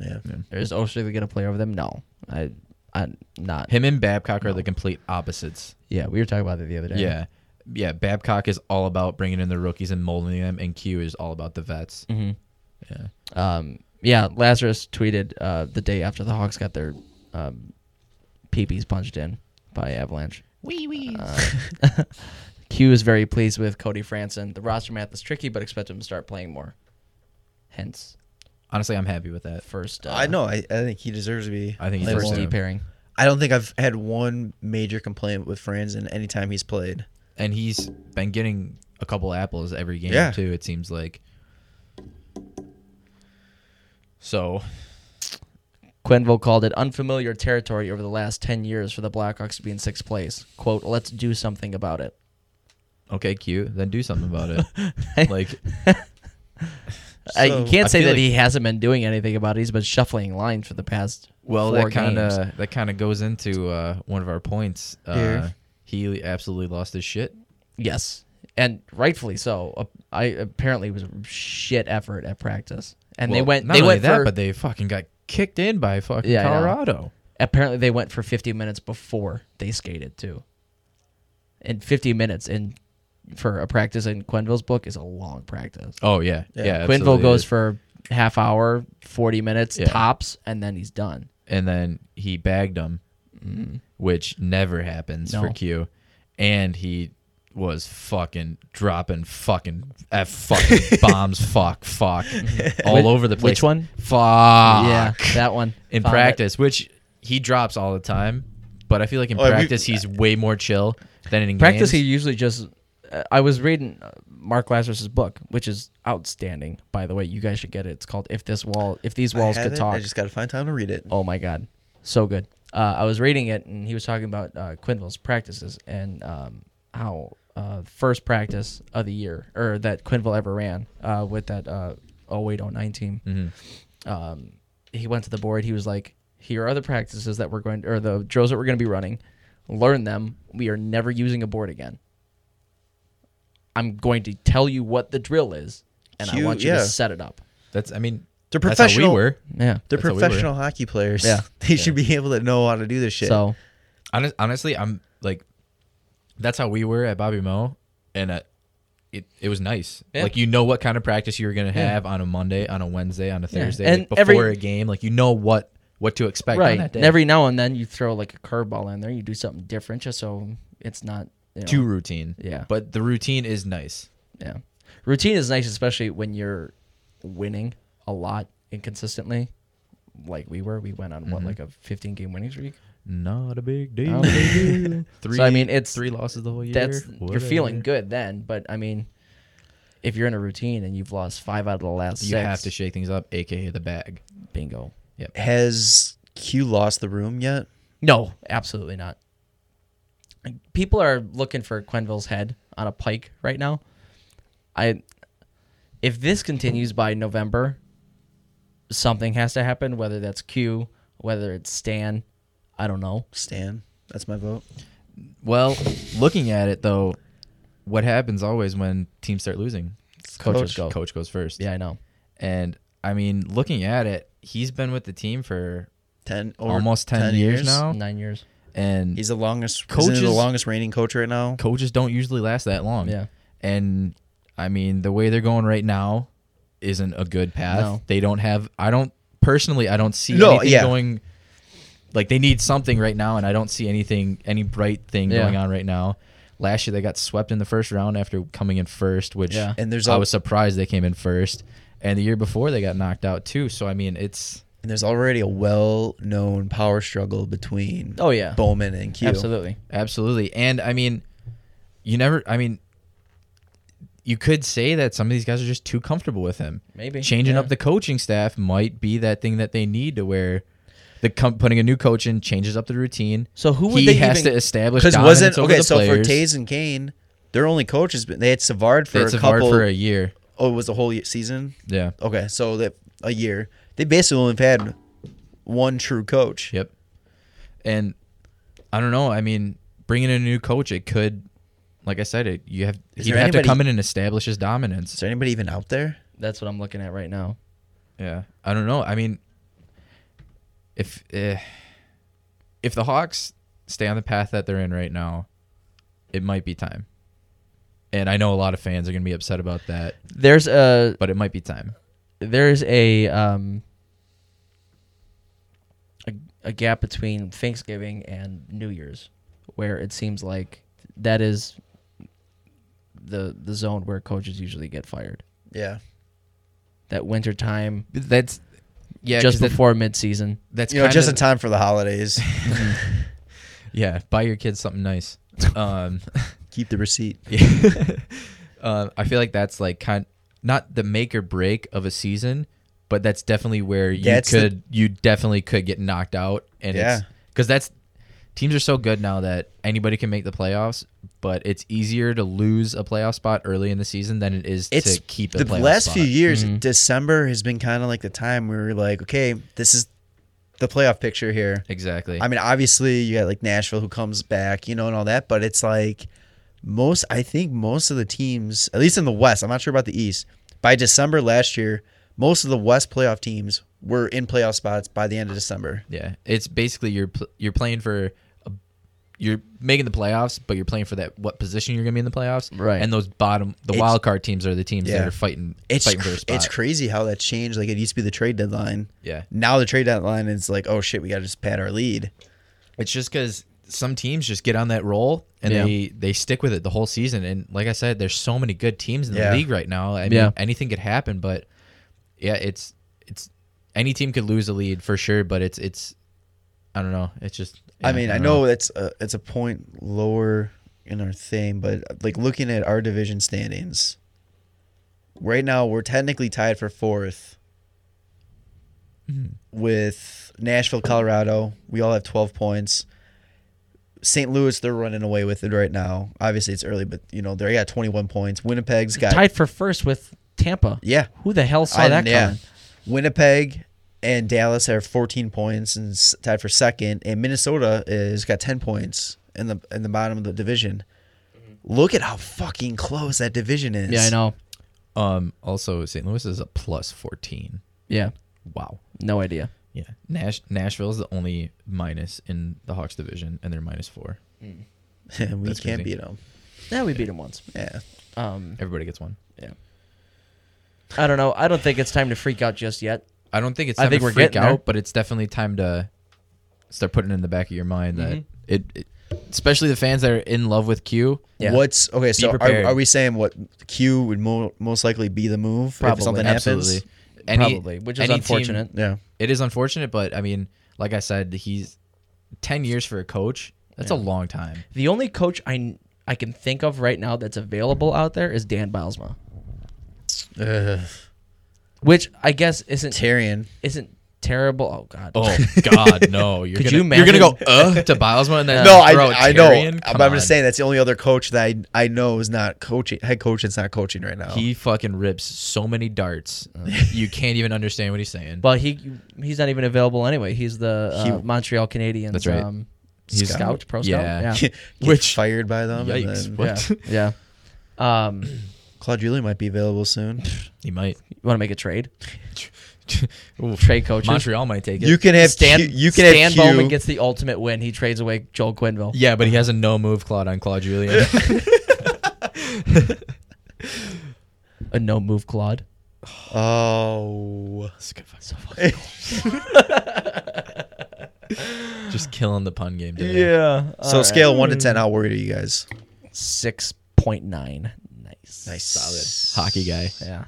Yeah.
Is Osterling going to play over them? No, I, I'm not.
Him and Babcock are the complete opposites.
Yeah, we were talking about it the other day.
Yeah. Yeah. Babcock is all about bringing in the rookies and molding them, and Q is all about the vets.
Mm-hmm. Um, yeah. Lazarus tweeted uh, the day after the Hawks got their um, peepees punched in by Avalanche. Uh,
Wee wee.
Q is very pleased with Cody Franson. The roster math is tricky, but expect him to start playing more. Hence,
Honestly, I'm happy with that.
first. Uh,
I know. I, I think he deserves to be.
I think he
labeled.
deserves
First
to.
D pairing.
I don't think I've had one major complaint with Franzen anytime he's played.
And he's been getting a couple apples every game,
Yeah.
too, it seems like. So,
Quenville called it unfamiliar territory over the last 10 years for the Blackhawks to be in sixth place. Quote, let's do something about it.
okay, Q, then do something about it. like,
I,
So-
you can't
I
say
feel
that
like-
he hasn't been doing anything about it. He's been shuffling lines for the past
well,
four
that kind
games.
of that kind of goes into uh, one of our points. Uh,
Here.
he absolutely lost his shit.
Yes. And rightfully so. Uh, I apparently it was a shit effort at practice. And they
Well,
went
Not
they
only
went
that,
for
but they fucking got kicked in by fucking
Yeah, I know.
Colorado.
apparently they went for 50 minutes before they skated too. And 50 minutes in for a practice in Quenville's book is a long practice.
Oh yeah, yeah.
Yeah.
Quinville
absolutely.
goes for half hour, forty minutes
Yeah.
tops, and then he's done.
and then he bagged him, which never happens for
Mm-hmm. No.
Q, and he was fucking dropping fucking f fucking bombs, fuck, fuck, all
Which-
over the
which
place.
one?
Fuck.
Yeah, that one
Ah, In
Found it.
practice, which he drops all the time, but I feel like in
we-
practice he's way more chill than in
Oh, Practice, he
games.
usually just. uh, I was reading uh, Mark Lazarus's book, which is outstanding. By the way, you guys should get it. It's called "If This Wall, If These Walls
I
Could
haven't,
Talk."
I just got to find time to read it.
oh my god, so good. Uh, I was reading it, and he was talking about uh, Quinville's practices and um, how uh, first practice of the year or that Quinville ever ran uh, with that uh, 0809 team.
Mm-hmm.
Um, he went to the board. He was like, "Here are the practices that we're going or the drills that we're going to be running. Learn them. We are never using a board again. I'm going to tell you what the drill is, and I
Cute,
want you
yeah.
to set it up."
That's I mean,
They're
that's how
professional.
we were.
Yeah.
They're
That's how we were.
professional hockey players.
Yeah.
They should be able to know how to do this shit.
So
Honest, honestly, I'm like, that's how we were at Bobby Mo, and uh it, it was nice.
Yeah.
Like you know what kind of practice you were gonna have on a Monday, on a Wednesday, on a
Yeah.
Thursday,
And
like before
every-
a game. Like you know what what to expect on
right.
that day.
And every now and then you throw like a curveball in there, you do something different just so it's not you know,
too routine.
Yeah.
But the routine is nice.
Yeah. Routine is nice, especially when you're winning a lot inconsistently. Like we were, we went on
Mm-hmm.
what, like a 15 game winning streak?
Not a big deal.
Not a big
three,
Oh. So, I mean, it's-
three losses the whole year.
That's you're feeling
whatever.
good then, but I mean, if you're in a routine and you've lost five out of the last
You
six,
have to shake things up, aka the bag.
bingo.
Has Q lost the room yet?
No, absolutely not. People are looking for Quenville's head on a pike right now. I if this continues by November, something has to happen, whether that's Q, whether it's Stan, I don't know.
Stan. That's my vote.
Well, looking at it though, what happens always when teams start losing?
Coaches go.
Coach goes first.
Yeah, I know.
And I mean, looking at it, he's been with the team for
Ten or
almost 10, years, now.
Nine years.
And
He's the longest coach.
Coaches-
the longest reigning coach right now.
coaches don't usually last that long.
Yeah.
And I mean, the way they're going right now isn't a good path.
No.
They don't have, I don't, personally, I don't see
No,
anything
yeah.
going, like, they need something right now, and I don't see anything, any bright thing
Yeah.
going on right now. Last year, they got swept in the first round after coming in first, which
Yeah.
And there's
I
al-
was surprised they came in first. And the year before, they got knocked out, too. So, I mean, it's,
And there's already a well-known power struggle between
Oh, yeah.
Bowman and Q.
Absolutely.
Absolutely. And I mean, you never, I mean, you could say that some of these guys are just too comfortable with him.
Maybe,
Changing
yeah.
up the coaching staff might be that thing that they need to where the com- putting a new coach in changes up the routine.
So who would
he
they
has
even-
to establish
Because
dominance
wasn't
over
okay.
the
So
players.
for Taze and Kane, their only coach has been they had Savard for
They
a
had Savard
couple.
for a year.
oh, it was the whole ye- season.
Yeah.
Okay, so that a year they basically only have had one true coach.
Yep. And I don't know. I mean, bringing in a new coach, it could, like I said, it you have
Is
he'd
there
have to
anybody-
come in and establish his dominance.
Is there anybody even out there?
That's what I'm looking at right now.
Yeah, I don't know. I mean, if eh, if the Hawks stay on the path that they're in right now, it might be time. And I know a lot of fans are going to be upset about that,
There's a
but it might be time.
there's a um a, a gap between Thanksgiving and New Year's where it seems like that is the the zone where coaches usually get fired.
Yeah.
That winter time
That's yeah,
just
'cause that-
before midseason.
that's
you know, just in
kinda-
time for the holidays.
Yeah, buy your kids something nice. Um,
Keep the receipt.
Yeah. uh, I feel like that's like kind not the make or break of a season, but that's definitely where you
That's the-
could you definitely could get knocked out and it's
Yeah.
cuz that's teams are so good now that anybody can make the playoffs, but it's easier to lose a playoff spot early in the season than it is
It's
to keep a
the
playoff
last
spot. Mm-hmm.
few years. December has been kind of like the time where we're like, okay, this is the playoff picture here.
Exactly.
I mean, obviously you got like Nashville who comes back, you know, and all that, but it's like most I think most of the teams, at least in the West, I'm not sure about the East, by December last year, most of the West playoff teams were in playoff spots by the end of December.
yeah. It's basically you're pl- you're playing for a, you're making the playoffs, but you're playing for that what position you're going to be in the playoffs.
Right.
And those bottom the
It's-
wild card teams are the teams
Yeah.
that are fighting
It's
fighting for
cr-
a spot.
it's crazy how that changed. Like it used to be the trade deadline.
yeah.
Now the trade deadline is like, oh shit, we gotta just pad our lead.
It's just because some teams just get on that roll and
Yeah.
they they stick with it the whole season. And like I said, there's so many good teams in the
Yeah.
league right now. I mean,
Yeah.
anything could happen, but yeah, it's it's any team could lose a lead for sure. But it's it's I don't know. It's just
I
yeah,
mean, I
don't
know it's a, it's a point lower in our thing, but like looking at our division standings, right now we're technically tied for 4th with Nashville, Colorado. We all have twelve points. St. Louis, they're running away with it right now. Obviously, it's early, but you know they got twenty one points. Winnipeg's got
Tied for first with Tampa.
yeah.
Who the hell saw
I-
that
yeah.
coming?
Winnipeg and Dallas are 14 points and s- tied for second, and Minnesota is got 10 points in the in the bottom of the division. Look at how fucking close that division is.
Yeah, I know.
Um. Also, St. Louis is a plus fourteen.
Yeah.
Wow.
No idea.
Yeah. Nash Nashville is the only minus in the Hawks division, and they're minus four.
we
That's
can't
crazy.
beat them.
Yeah, we beat him once.
Yeah.
Um,
Everybody gets one.
yeah. I don't know. I don't think it's time to freak out just yet.
I don't think it's.
I
Time
think
to
we're
freak
getting
out,
there.
but it's definitely time to start putting it in the back of your mind that
Mhm.
it, it, especially the fans that are in love with Q.
Yeah.
What's okay? So are,
prepared.
are we saying what Q would mo- most likely be the move
Probably.
if something
Absolutely.
happens?
Any-
Probably, which is
any team-
unfortunate.
Yeah.
it is unfortunate, but I mean, like I said, he's ten years for a coach. That's a long time.
The only coach I I can think of right now that's available out there is Dan Bilesma, which I guess isn't
Tyrion.
isn't terrible. Oh God.
Oh God, no! You're
Could
gonna,
you
are gonna go
imagine-
uh to Bilesma and then
No,
throw
I, I know.
Tyrion?
I'm,
Come
I'm
on.
just saying that's the only other coach that I, I know is not coaching head coach that's not coaching right now.
he fucking rips so many darts. you can't even understand what he's saying.
Well, he he's not even available anyway. He's the uh,
He-
Montreal Canadiens.
That's right.
Um,
He's-
scout, pro scout.
Yeah.
Yeah.
Get
Which-
fired by them. and
Yikes!
then-
What?
Yeah. yeah. Um,
Claude Julien might be available soon.
He might.
you want to make a trade?
Oof.
Trade coaches.
Montreal might take it.
You can have
Stan,
Q, you can
Stan
have Q.
Bowman gets the ultimate win. He trades away Joel Quinville.
yeah, but he has a no move Claude on Claude Julien.
A no move Claude.
oh,
So fucking
Just killing the pun game today.
yeah.
so scale one to ten. How worried are you guys?
six point nine. Nice.
Nice,
Solid hockey guy.
Yeah.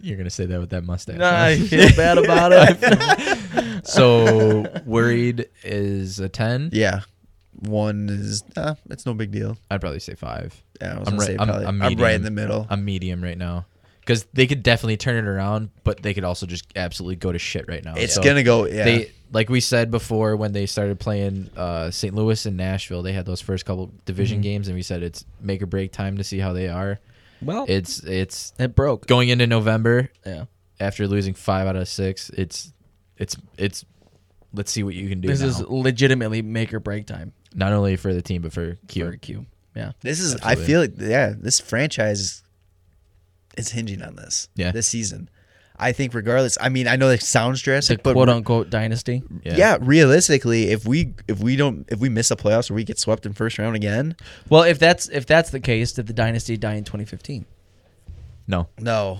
You're gonna say that with that mustache.
I feel bad about it.
so worried is a ten.
Yeah, one is uh, it's no big deal.
I'd probably say five.
Yeah, I was
I'm
gonna
right-
say
I'm-
probably,
I'm
I'm, right
medium.
in the middle.
I'm medium right now because they could definitely turn it around, but they could also just absolutely go to shit right now.
it's
So
gonna go. Yeah,
They like we said before when they started playing uh, St. Louis and Nashville, they had those first couple division
Mhm.
games, and we said it's make or break time to see how they are.
well, it,
It's it's
broke.
going into November
Yeah.
after losing five out of six. It's it's it's let's see what you can do.
This
now.
is legitimately make or break time
not only for the team but for Q.
for Q. Yeah.
this is. I
Absolutely.
feel like yeah, this franchise is, is hinging on this.
Yeah.
this season. I think regardless. I mean, I know that sounds
The
drastic, but
quote unquote dynasty.
yeah. realistically, if we if we don't if we miss the playoffs or we get swept in first round again,
Well, if that's if that's the case, did the dynasty die in 2015?
No,
no,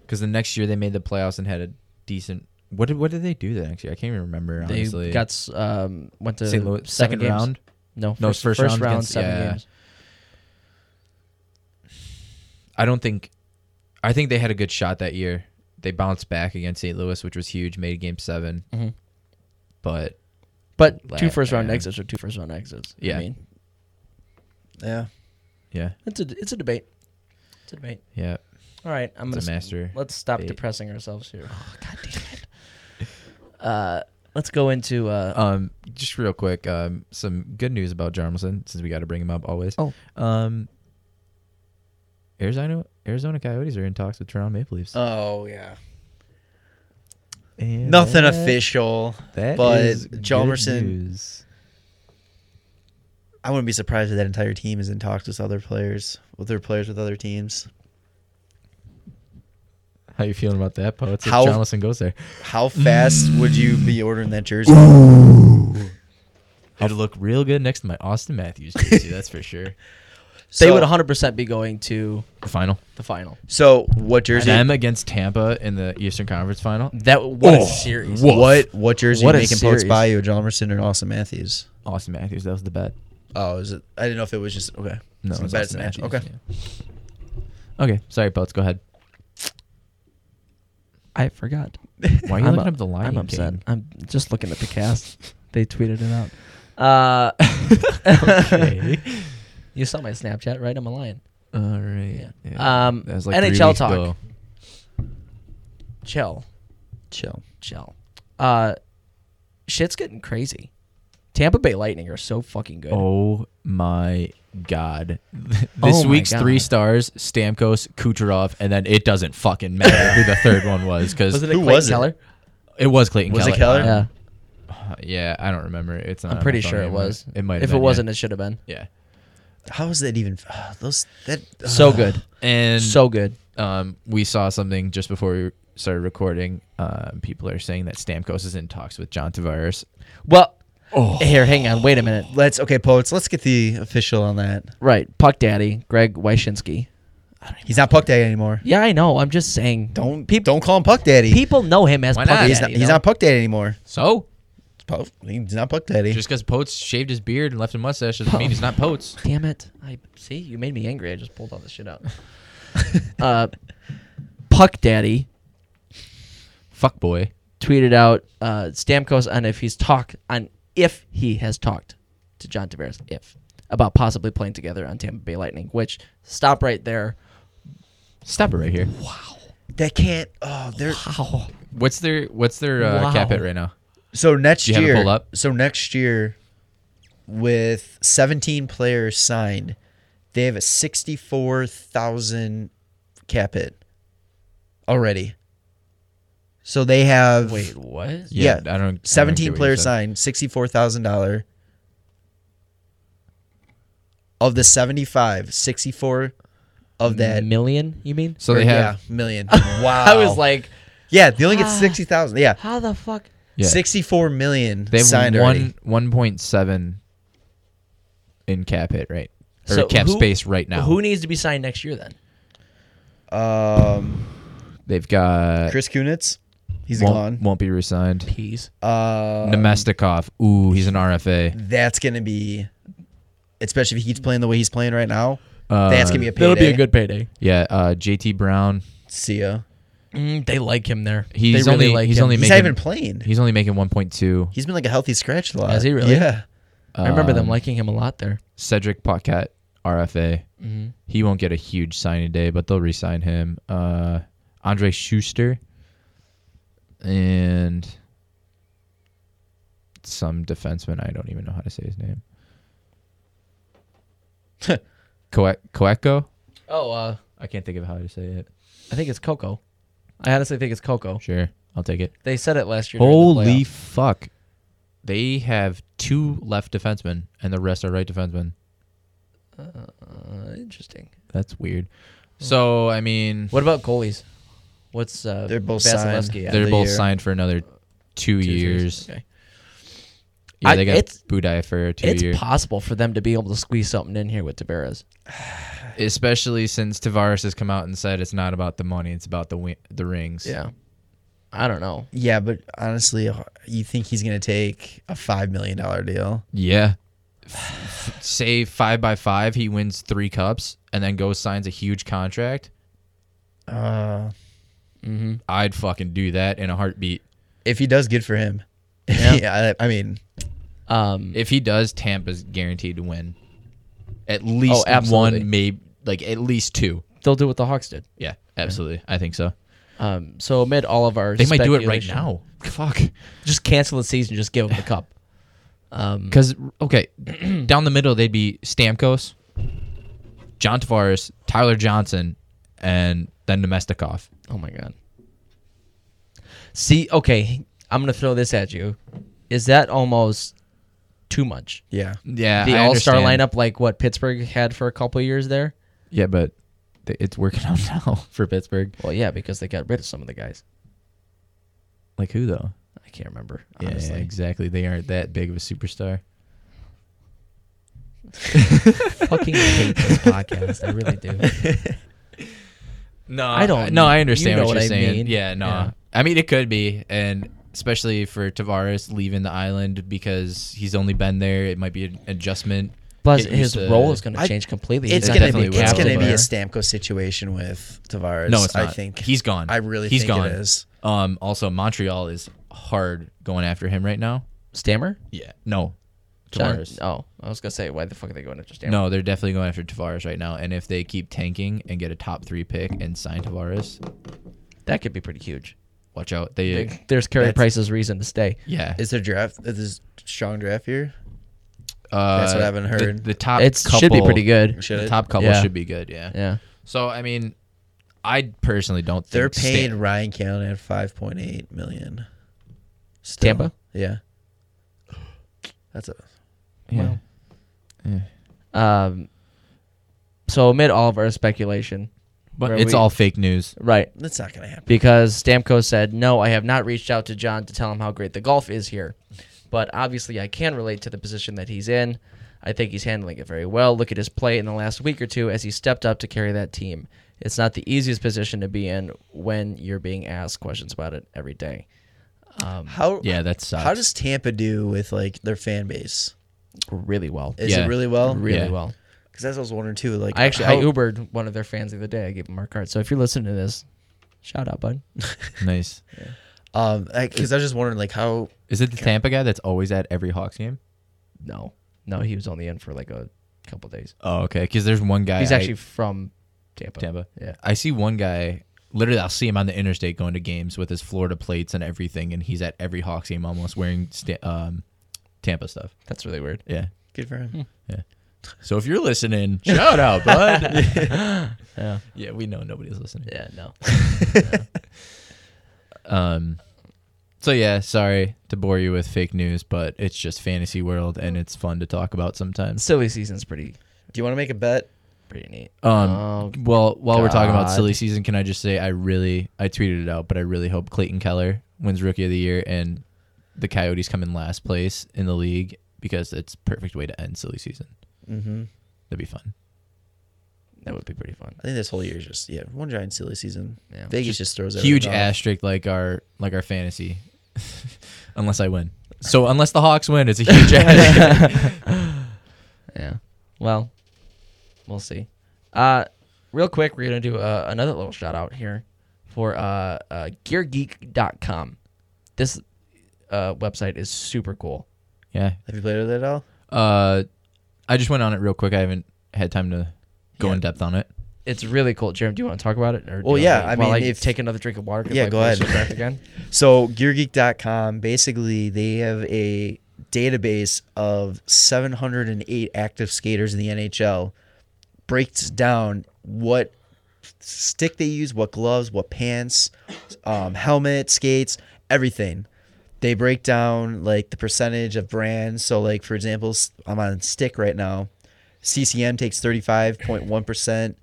because the next year they made the playoffs and had a decent. What did what did they do the next year? I can't even remember. Honestly,
They got s- um went to
St. Louis
seven
second
games.
round.
No,
No,
first,
first
first,
round
round,
against-
seven
yeah.
games.
I don't think. I think they had a good shot that year. They bounced back against St. Louis, which was huge. Made Game 7
Mm-hmm.
Mhm.
but
But
La-
two first round
yeah.
exits or two first round exits.
Yeah.
I mean,
yeah.
yeah,
it's a it's a debate. It's a debate.
yeah,
All right, I'm
it's a
gonna. s-
master.
Let's stop
debate.
depressing ourselves here. Oh, God damn it. uh, let's go into uh.
Um, just real quick, um, some good news about Jarmelson since we got to bring him up always.
Oh.
um, Arizona Arizona Coyotes are in talks with Toronto Maple Leafs.
Oh yeah.
And
Nothing
that-
official.
that
but
is good
Jarmelson-
news.
I wouldn't be surprised if that entire team is in talks with other players, with their players with other teams.
How you feeling about that, Poets? If
How-
Jarmelson goes there,
How
Mm.
fast would you be ordering that jersey?
it'll look real good next to my Austin Matthews jersey. that's for sure.
they
So-
would 100 percent be going to
The final.
the final.
So what jersey?
Them against Tampa in the Eastern Conference Final.
That what
Oh,
a series.
whoa.
What what jersey
What
you
a
making post
series.
by you, John Merson and Austin Matthews?
Austin Matthews, that was the bet.
Oh, is it? I didn't know if it was just okay.
No,
It's
it was
bad,
Austin
it's an
Matthews.
action. Okay.
yeah. Okay. Sorry, Poets. Go ahead.
I forgot.
Why are you
I'm
looking
u-
up the line?
I'm upset. I'm just looking at the cast. they tweeted it out. Uh,
Okay.
you saw my Snapchat, right? I'm a lion.
All right.
Yeah. Um, NHL talk. Chill,
Chill.
chill. Uh, shit's getting crazy. Tampa Bay Lightning are so fucking good.
Oh my god! this
Oh my
week's
God.
three stars: Stamkos, Kucherov, and then it doesn't fucking matter who the third one was because
Wasn't it
Who
Clayton
was it?
Keller?
it was Clayton.
Was it
Keller?
Yeah,
Keller?
Uh, yeah, I don't remember. It's. Not on
I'm
my
pretty
phone
sure it
anymore.
was.
It might. have
If
been,
it
yeah.
wasn't, it should have been.
Yeah.
How is that even? ah, those that
So
Uh-huh.
ah.
good,
And
so good.
um, we saw something just before we started recording. Um, people are saying that Stamkos is in talks with John Tavares.
Well, Here, hang on. Wait a minute.
Let's okay, poets. Let's get the official on that.
Right, Puck Daddy, Greg Wyshynski.
He's not Puck Daddy anymore.
Yeah, I know. I'm just saying.
Don't
Peop-
don't call him Puck Daddy.
people know him as
Why
Puck
not?
Daddy?
he's not, he's
though.
not Puck Daddy anymore.
So
It's Puck- He's not Puck Daddy.
just because Potes shaved his beard and left a mustache doesn't mean he's not Potes.
Damn it! I see you made me angry. I just pulled all this shit out. uh, Puck Daddy
Fuck boy.
tweeted out uh, Stamkos on if he's talked on if he has talked to John Tavares if about possibly playing together on Tampa Bay Lightning. Which stop right there.
Stop it right here.
that can't. Oh, they're
Wow.
What's their What's their uh,
Wow.
cap hit right now?
so next
Do you have it
year.
pulled up?
So next year, with 17 players signed, they have a 64,000 cap hit already. So they have
Wait, what?
Yeah,
I don't. I don't get
17
what you
players
said.
signed, $64,000. Of the 75, 64 of that.
million? You mean?
So they have.
yeah, million. Wow.
I was like,
yeah, they only get
Ah.
60,000. Yeah.
how the fuck?
Yeah.
64 million
They have
signed already.
one one point seven in cap hit right or
So
cap
who-
space right now.
Who needs to be signed next year then?
Um,
They've got
Chris Kunitz, he's
won't,
gone.
won't be resigned.
Peas.
Uh,
Nemestikov, ooh, he's an RFA.
that's gonna be, especially if he keeps playing the way he's playing right now. that's gonna be a payday.
payday.
Yeah, uh, JT Brown.
See ya.
Mm, they like him there.
He's
they really
only-
like
he's
him.
only
He's
Make
not
him-
even playing.
He's only making one point two.
He's been like a healthy scratch a lot.
Has he really?
Yeah.
I remember them
Um,
liking him a lot there. Mm-hmm.
Cedric Paquette, RFA. He won't get a huge signing day, but they'll re-sign him. Uh, Andre Schuster and some defenseman. I don't even know how to say his name. Koe- Koeko?
Oh, uh,
I can't think of how to say it.
I think it's Coco. I honestly think it's Coco.
Sure, I'll take it.
They said it last year. during the
Holy
playoffs.
fuck! They have two left defensemen, and the rest are right defensemen.
Uh, interesting.
That's weird. So I mean,
What about goalies? What's uh,
They're both signed.
Vasilevsky at?
they're
the
both
year.
signed for another two,
Two, three,
years.
Okay.
Yeah,
I-
they got
it's-
Budai for two
It's
years,
possible for them to be able to squeeze something in here with Tavares.
especially since Tavares has come out and said it's not about the money, it's about the wi- the rings.
Yeah. I don't know.
Yeah, but honestly, uh, you think he's gonna take a five million dollar deal?
yeah. F- f- Say five by five, he wins three cups, and then goes signs a huge contract.
Uh,
mm-hmm.
I'd fucking do that in a heartbeat.
if he does, good for him.
Yeah.
Yeah, I, I mean,
Um,
If he does, Tampa's guaranteed to win. At least
Oh, absolutely.
one, maybe like at least two.
they'll do what the Hawks did.
Yeah, absolutely. I think so.
Um, so amid all of our,
They might do it right
speculation-
now. Fuck.
Just cancel the season. Just give them the cup. Um,
Because okay, down the middle they'd be Stamkos, John Tavares, Tyler Johnson, and then Domestikov.
oh my god. See, okay, I'm gonna throw this at you. Is that almost too much?
yeah.
Yeah,
The
I
All Star
understand.
lineup, like what Pittsburgh had for a couple years there.
Yeah, but th- it's working out now for Pittsburgh.
Well, yeah, because they got rid of some of the guys.
Like who though?
I can't remember
Yeah,
honestly.
exactly. They aren't that big of a superstar.
Fucking hate this podcast. I really do.
No,
I don't-
No, I
you
understand
know
what,
what
you're
I
saying.
mean.
Yeah, no.
Yeah.
I mean, it could be, and especially for Tavares leaving the island because he's only been there, it might be an adjustment.
Plus,
Get used
his
to-
role is going to
I-
change completely.
It's
He's
gonna be
definitely
definitely
it's
will.
gonna be a
player.
Stamkos situation with Tavares.
No, it's not.
I think
he's gone.
I really
he's
think it
gone.
is.
Um. Also, Montreal is hard going after him right now.
Stammer.
Yeah. No.
John-
Tavares.
oh, I was gonna say, why the fuck are they going after Stammer?
No, they're definitely going after Tavares right now. And if they keep tanking and get a top three pick and sign Tavares,
that could be pretty huge.
watch out. They.
Like, There's Carey
That's-
Price's reason to stay.
yeah.
Is there draft? Is this strong draft year?
Uh,
that's what I haven't
the- The,
heard.
top
It
couple,
should be pretty good.
Should
The
it?
top couple
Yeah.
should be good. Yeah.
Yeah.
So I mean, I personally don't.
They're
think
paying
Stan-
Ryan Callen at five point eight million. Still.
Tampa?
Yeah. That's a
yeah.
Um. So amid all of our speculation,
but
where
it's
we-
all fake news.
right?
that's not gonna happen.
Because Stamkos said, "No, I have not reached out to John to tell him how great the golf is here." but obviously I can relate to the position that he's in. I think he's handling it very well. Look at his play in the last week or two as he stepped up to carry that team. It's not the easiest position to be in when you're being asked questions about it every day.
How
Yeah, that sucks.
how does Tampa do with like their fan base?
Really well.
Is
Yeah.
it really well?
really
Yeah.
well.
Because that's what I was wondering too. Like
I actually
how-
I Ubered one of their fans the other day. I gave him our card. So if you're listening to this, shout out, bud.
nice.
um because I was just wondering like how
Is it the Tampa guy that's always at every Hawks game?
No, no, he was only in for like a couple days.
Oh, okay. Because there's one guy.
He's
I-
actually from Tampa.
Tampa.
Yeah.
I see one guy. Literally, I'll see him on the interstate going to games with his Florida plates and everything, and he's at every Hawks game almost wearing sta- um, Tampa stuff.
That's really weird.
Yeah.
good for
Hmm.
him.
So if you're listening, shout out, bud.
Yeah.
yeah, we know nobody's listening.
Yeah. No.
Um, so yeah, sorry to bore you with fake news, but it's just fantasy world, and it's fun to talk about sometimes.
Silly season's pretty
Do you want to make a bet?
pretty neat.
Um,
Oh,
well, while we're talking about
God.
silly season, can I just say I really I tweeted it out, but I really hope Clayton Keller wins Rookie of the Year and the Coyotes come in last place in the league because it's perfect way to end silly season.
Mm-hmm.
That'd be fun.
that would be pretty fun.
I think this whole year is just yeah one giant silly season.
Yeah.
Vegas just throws everything
Huge
off.
asterisk like our like our fantasy, unless I win. So unless the Hawks win, it's a huge asterisk.
Yeah. Well, we'll see. Uh, real quick, we're gonna do uh, another little shout out here for uh, uh GearGeek.com. This uh, website is super cool.
Yeah,
Have you played with it at all?
Uh, I just went on it real quick. I haven't had time to go in depth on it.
It's really cool. Jeremy, do you want to talk about it? Or do
Well,
you wanna
yeah,
wait
I
while
mean, if-
take another drink of water. 'cause
Yeah,
my
go
voice
ahead.
is cracked again.
So GearGeek.com basically they have a database of 708 active skaters in the NHL. Breaks down what stick they use, what gloves, what pants, um, helmet, skates, everything. They break down like the percentage of brands. So like for example, s- I'm on stick right now. CCM takes 35.1 percent.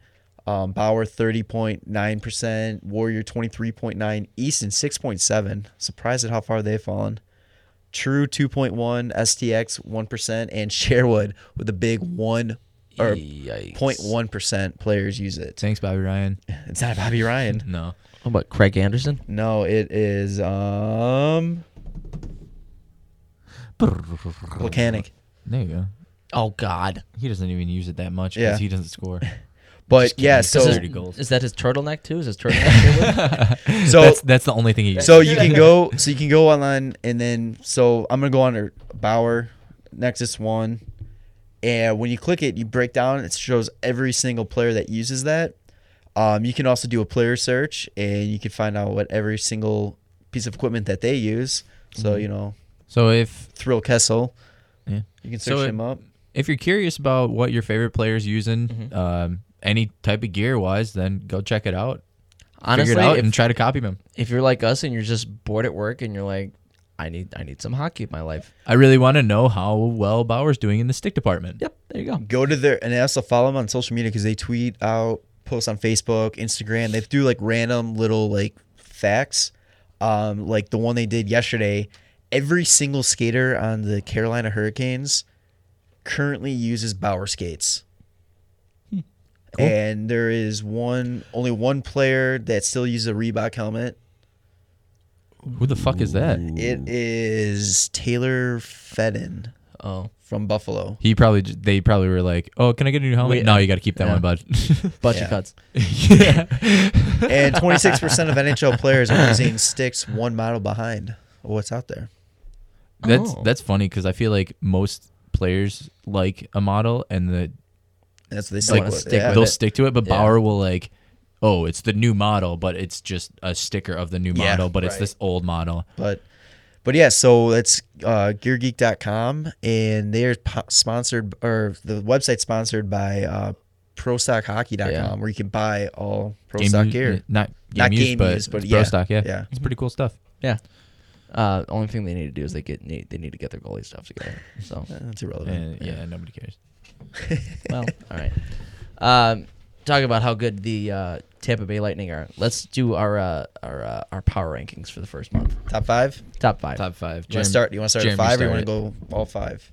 Um, Bauer 30.9%, Warrior 23.9, Easton 6.7. Surprised at how far they've fallen. True 2.1, STX 1%, and Sherwood with a big 1 or
Yikes.
0.1% players use it.
Thanks, Bobby Ryan.
It's not Bobby Ryan.
No.
What about Craig Anderson?
No, it is um volcanic.
There you go.
Oh God!
He doesn't even use it that much because
Yeah.
he doesn't score.
But
kidding.
yeah,
This
so
is-
is,
Thirty goals.
is that his turtleneck too? Is his turtleneck?
so
that's that's the only thing he uses.
So you can go. So you can go online, and then so I'm gonna go under Bauer, Nexus One, and when you click it, you break down. It shows every single player that uses that. Um, you can also do a player search, and you can find out what every single piece of equipment that they use. So you know,
So if
Thrill Kessel,
Mm-hmm. Yeah.
you can search
So it-
him up.
if you're curious about what your favorite player's using, um, any type of gear wise, then go check it out.
Honestly,
Figure it out
if,
and try to copy him.
if you're like us and you're just bored at work and you're like, I need I need some hockey in my life.
I really want to know how well Bauer's doing in the stick department.
Yep, there you go.
Go to their and also follow them on social media because they tweet out, post on Facebook, Instagram. They do like random little like facts. Um, like the one they did yesterday, every single skater on the Carolina Hurricanes currently uses Bauer skates. And there is one, only one player that still uses a Reebok helmet.
Who the fuck is that?
It is Taylor Fedden
Oh,
from Buffalo.
He probably j- they probably were like, "Oh, can I get a new helmet?"
We-
no, you got to keep that
yeah.
one, bud.
bunch
Yeah.
of cuts.
and 26% of NHL players are using sticks one model behind what's out there.
That's
Oh.
that's funny because I feel like most players like a model and the
That's what they
They
stick
wanna
with.
stick
yeah.
with
they'll
it.
stick to it, but
Yeah.
Bauer will like, oh, it's the new model, but it's just a sticker of the new
Yeah,
model, but it's
right.
this old model.
But but yeah, so it's uh, GearGeek.com, and they're po- sponsored, or the website's sponsored by uh, ProStockHockey.com,
Yeah.
where you can buy all Pro
Game
Stock
use-
gear.
not game
Not
use,
game
but,
use, but
it's pro
yeah.
stock. Yeah,
Yeah.
it's pretty cool stuff.
Yeah. Uh, only thing they need to do is they get need, they need to get their goalie stuff together. So
And,
That's irrelevant.
yeah, nobody cares.
well, all right. Um, talk about how good the uh, Tampa Bay Lightning are. Let's do our uh, our uh, our power rankings for the first month.
Top five.
Top five.
Top five.
You
Jeremy-
want to start? You want to start
Jeremy,
at five, or you want
start
to go all five?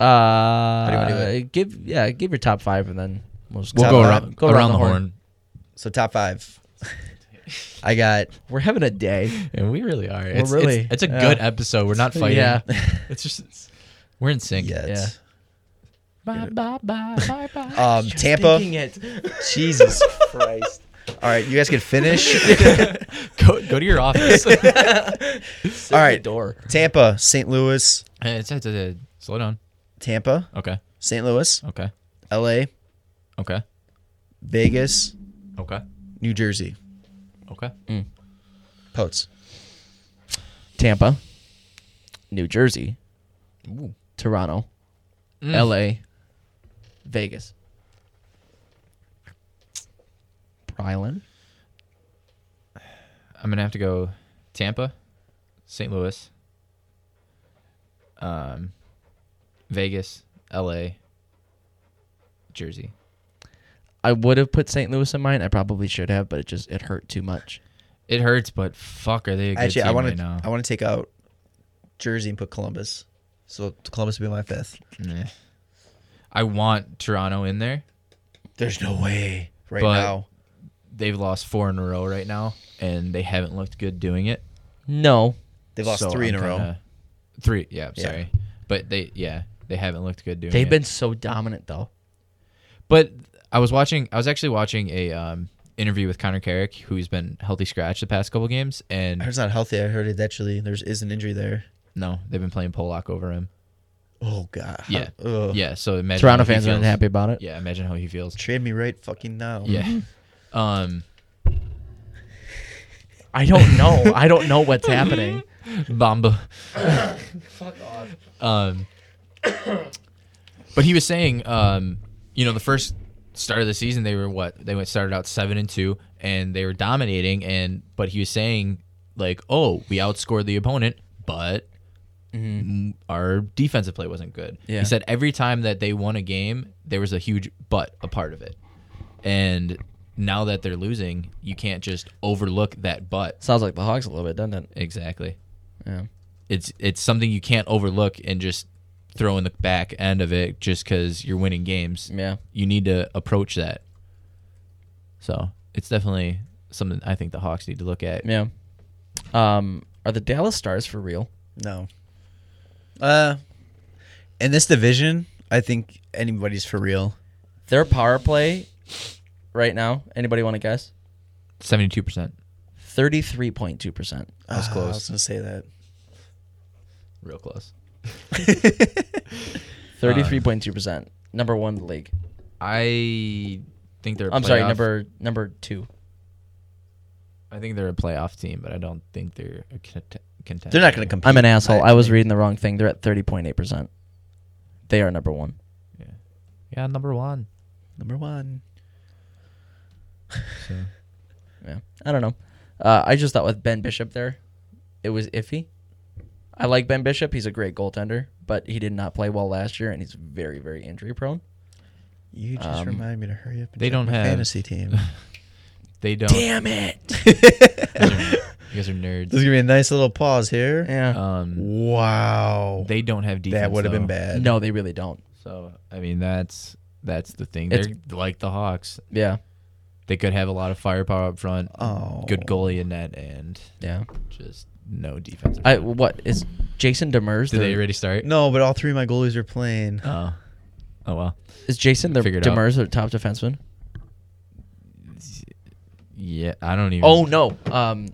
Uh, How
do you wanna do
Give yeah, give your top five and then we'll just
it. We'll
Top
go
five.
around,
Go
around, the horn.
So top five. I got
We're having a day.
And we really are. It's, it's-
really-
it's, a
yeah.
good episode. We're not fighting.
Yeah.
It's just it's- we're in sync.
yeah. it's-
bye bye bye bye bye.
Um, Tampa. Jesus Christ. All right, you guys can finish.
Go go to your office. Eh,
All right.
door.
Tampa, St. Louis,
it's- it's- it's- slow down.
Tampa,
Okay.
St. Louis,
Okay.
L.A.,
Okay.
Vegas,
Okay.
New Jersey.
Okay.
Poets.
Tampa, New Jersey,
Ooh.
Toronto,
Mm.
L.A., Vegas. Brylan.
I'm gonna have to go Tampa, St. Louis, um, Vegas, L.A., Jersey.
I would have put St. Louis in mine. I probably should have, but it just it hurt too much.
It hurts, but fuck, are they a good
Actually,
team
I want
right
to.
now?
I want to take out Jersey and put Columbus. So Columbus would be my fifth.
Nah. I want Toronto in there.
There's no way right
But-
now.
They've lost four in a row right now, and they haven't looked good doing it.
No,
They've lost
So
3 in
I'm
a row.
kinda- Three, yeah. I'm
Yeah.
Sorry, but they, yeah, they haven't looked good doing.
they've
it.
been so dominant though.
But I was watching. I was actually watching a um, interview with Connor Carrick, who's been healthy scratch the past couple games,
I
and
heard it's not healthy. I heard it actually there's is an injury there.
no, they've been playing Pollock over him.
Oh god.
Yeah.
Ugh.
Yeah. So imagine
Toronto
how he
fans are
feels.
unhappy about it.
Yeah. Imagine how he feels.
Trade me right fucking now.
Yeah.
Mm-hmm.
Um.
I don't know. I don't know what's happening.
Bamba. Fuck off. Um, but he was saying, um, you know, the first start of the season, they were what they went started out seven and two, and they were dominating. And but he was saying, like, oh, we outscored the opponent, but mm, our defensive play wasn't good.
Yeah.
He said every time that they won a game, there was a huge but a part of it, and. Now that they're losing, you can't just overlook that but.
Sounds like the Hawks a little bit, doesn't it?
Exactly
Yeah.
it's it's something you can't overlook and just throw in the back end of it just because you're winning games.
Yeah.
You need to approach that. So it's definitely something I think the Hawks need to look at.
Yeah. Um, are the Dallas Stars for real?
No. Uh in this division, I think anybody's for real.
Their power play right now, anybody want to guess?
Seventy two percent.
33.2%.
That's
close.
I was gonna say that.
Real close.
33.2%. Number 1 in the league.
I think they're a
I'm sorry,
playoff-
number number 2.
I think they're a playoff team, but I don't think they're a cont- contender.
They're not gonna compete.
I'm an asshole. I was
think.
reading the wrong thing. They're at 30.8%. They are number 1.
Yeah, number one.
number one.
So.
Yeah. I don't know. Uh, I just thought with Ben Bishop there, it was iffy. I like Ben Bishop. He's a great goaltender, but he did not play well last year, and he's very, very injury prone.
You just
Um,
remind me to hurry up and
they
check
don't
my
have-
fantasy team.
They don't.
Damn it!
You guys are
There's
nerds.
gonna be a nice little pause here.
yeah.
Um,
Wow.
they don't have defense.
that would have been
though.
bad.
Uh, no, they really don't.
So I mean that's that's the thing.
It's-
They're like the Hawks.
Yeah.
They could have a lot of firepower up front,
Oh.
good goalie in net, and
Yeah.
just no defense.
I what is Jason Demers?
Did
their-
they already start?
No, but all three of my goalies are playing.
Oh, oh well.
is Jason the
Figured out.
Demers their top defenseman?
Yeah, I don't even.
Oh no. Um.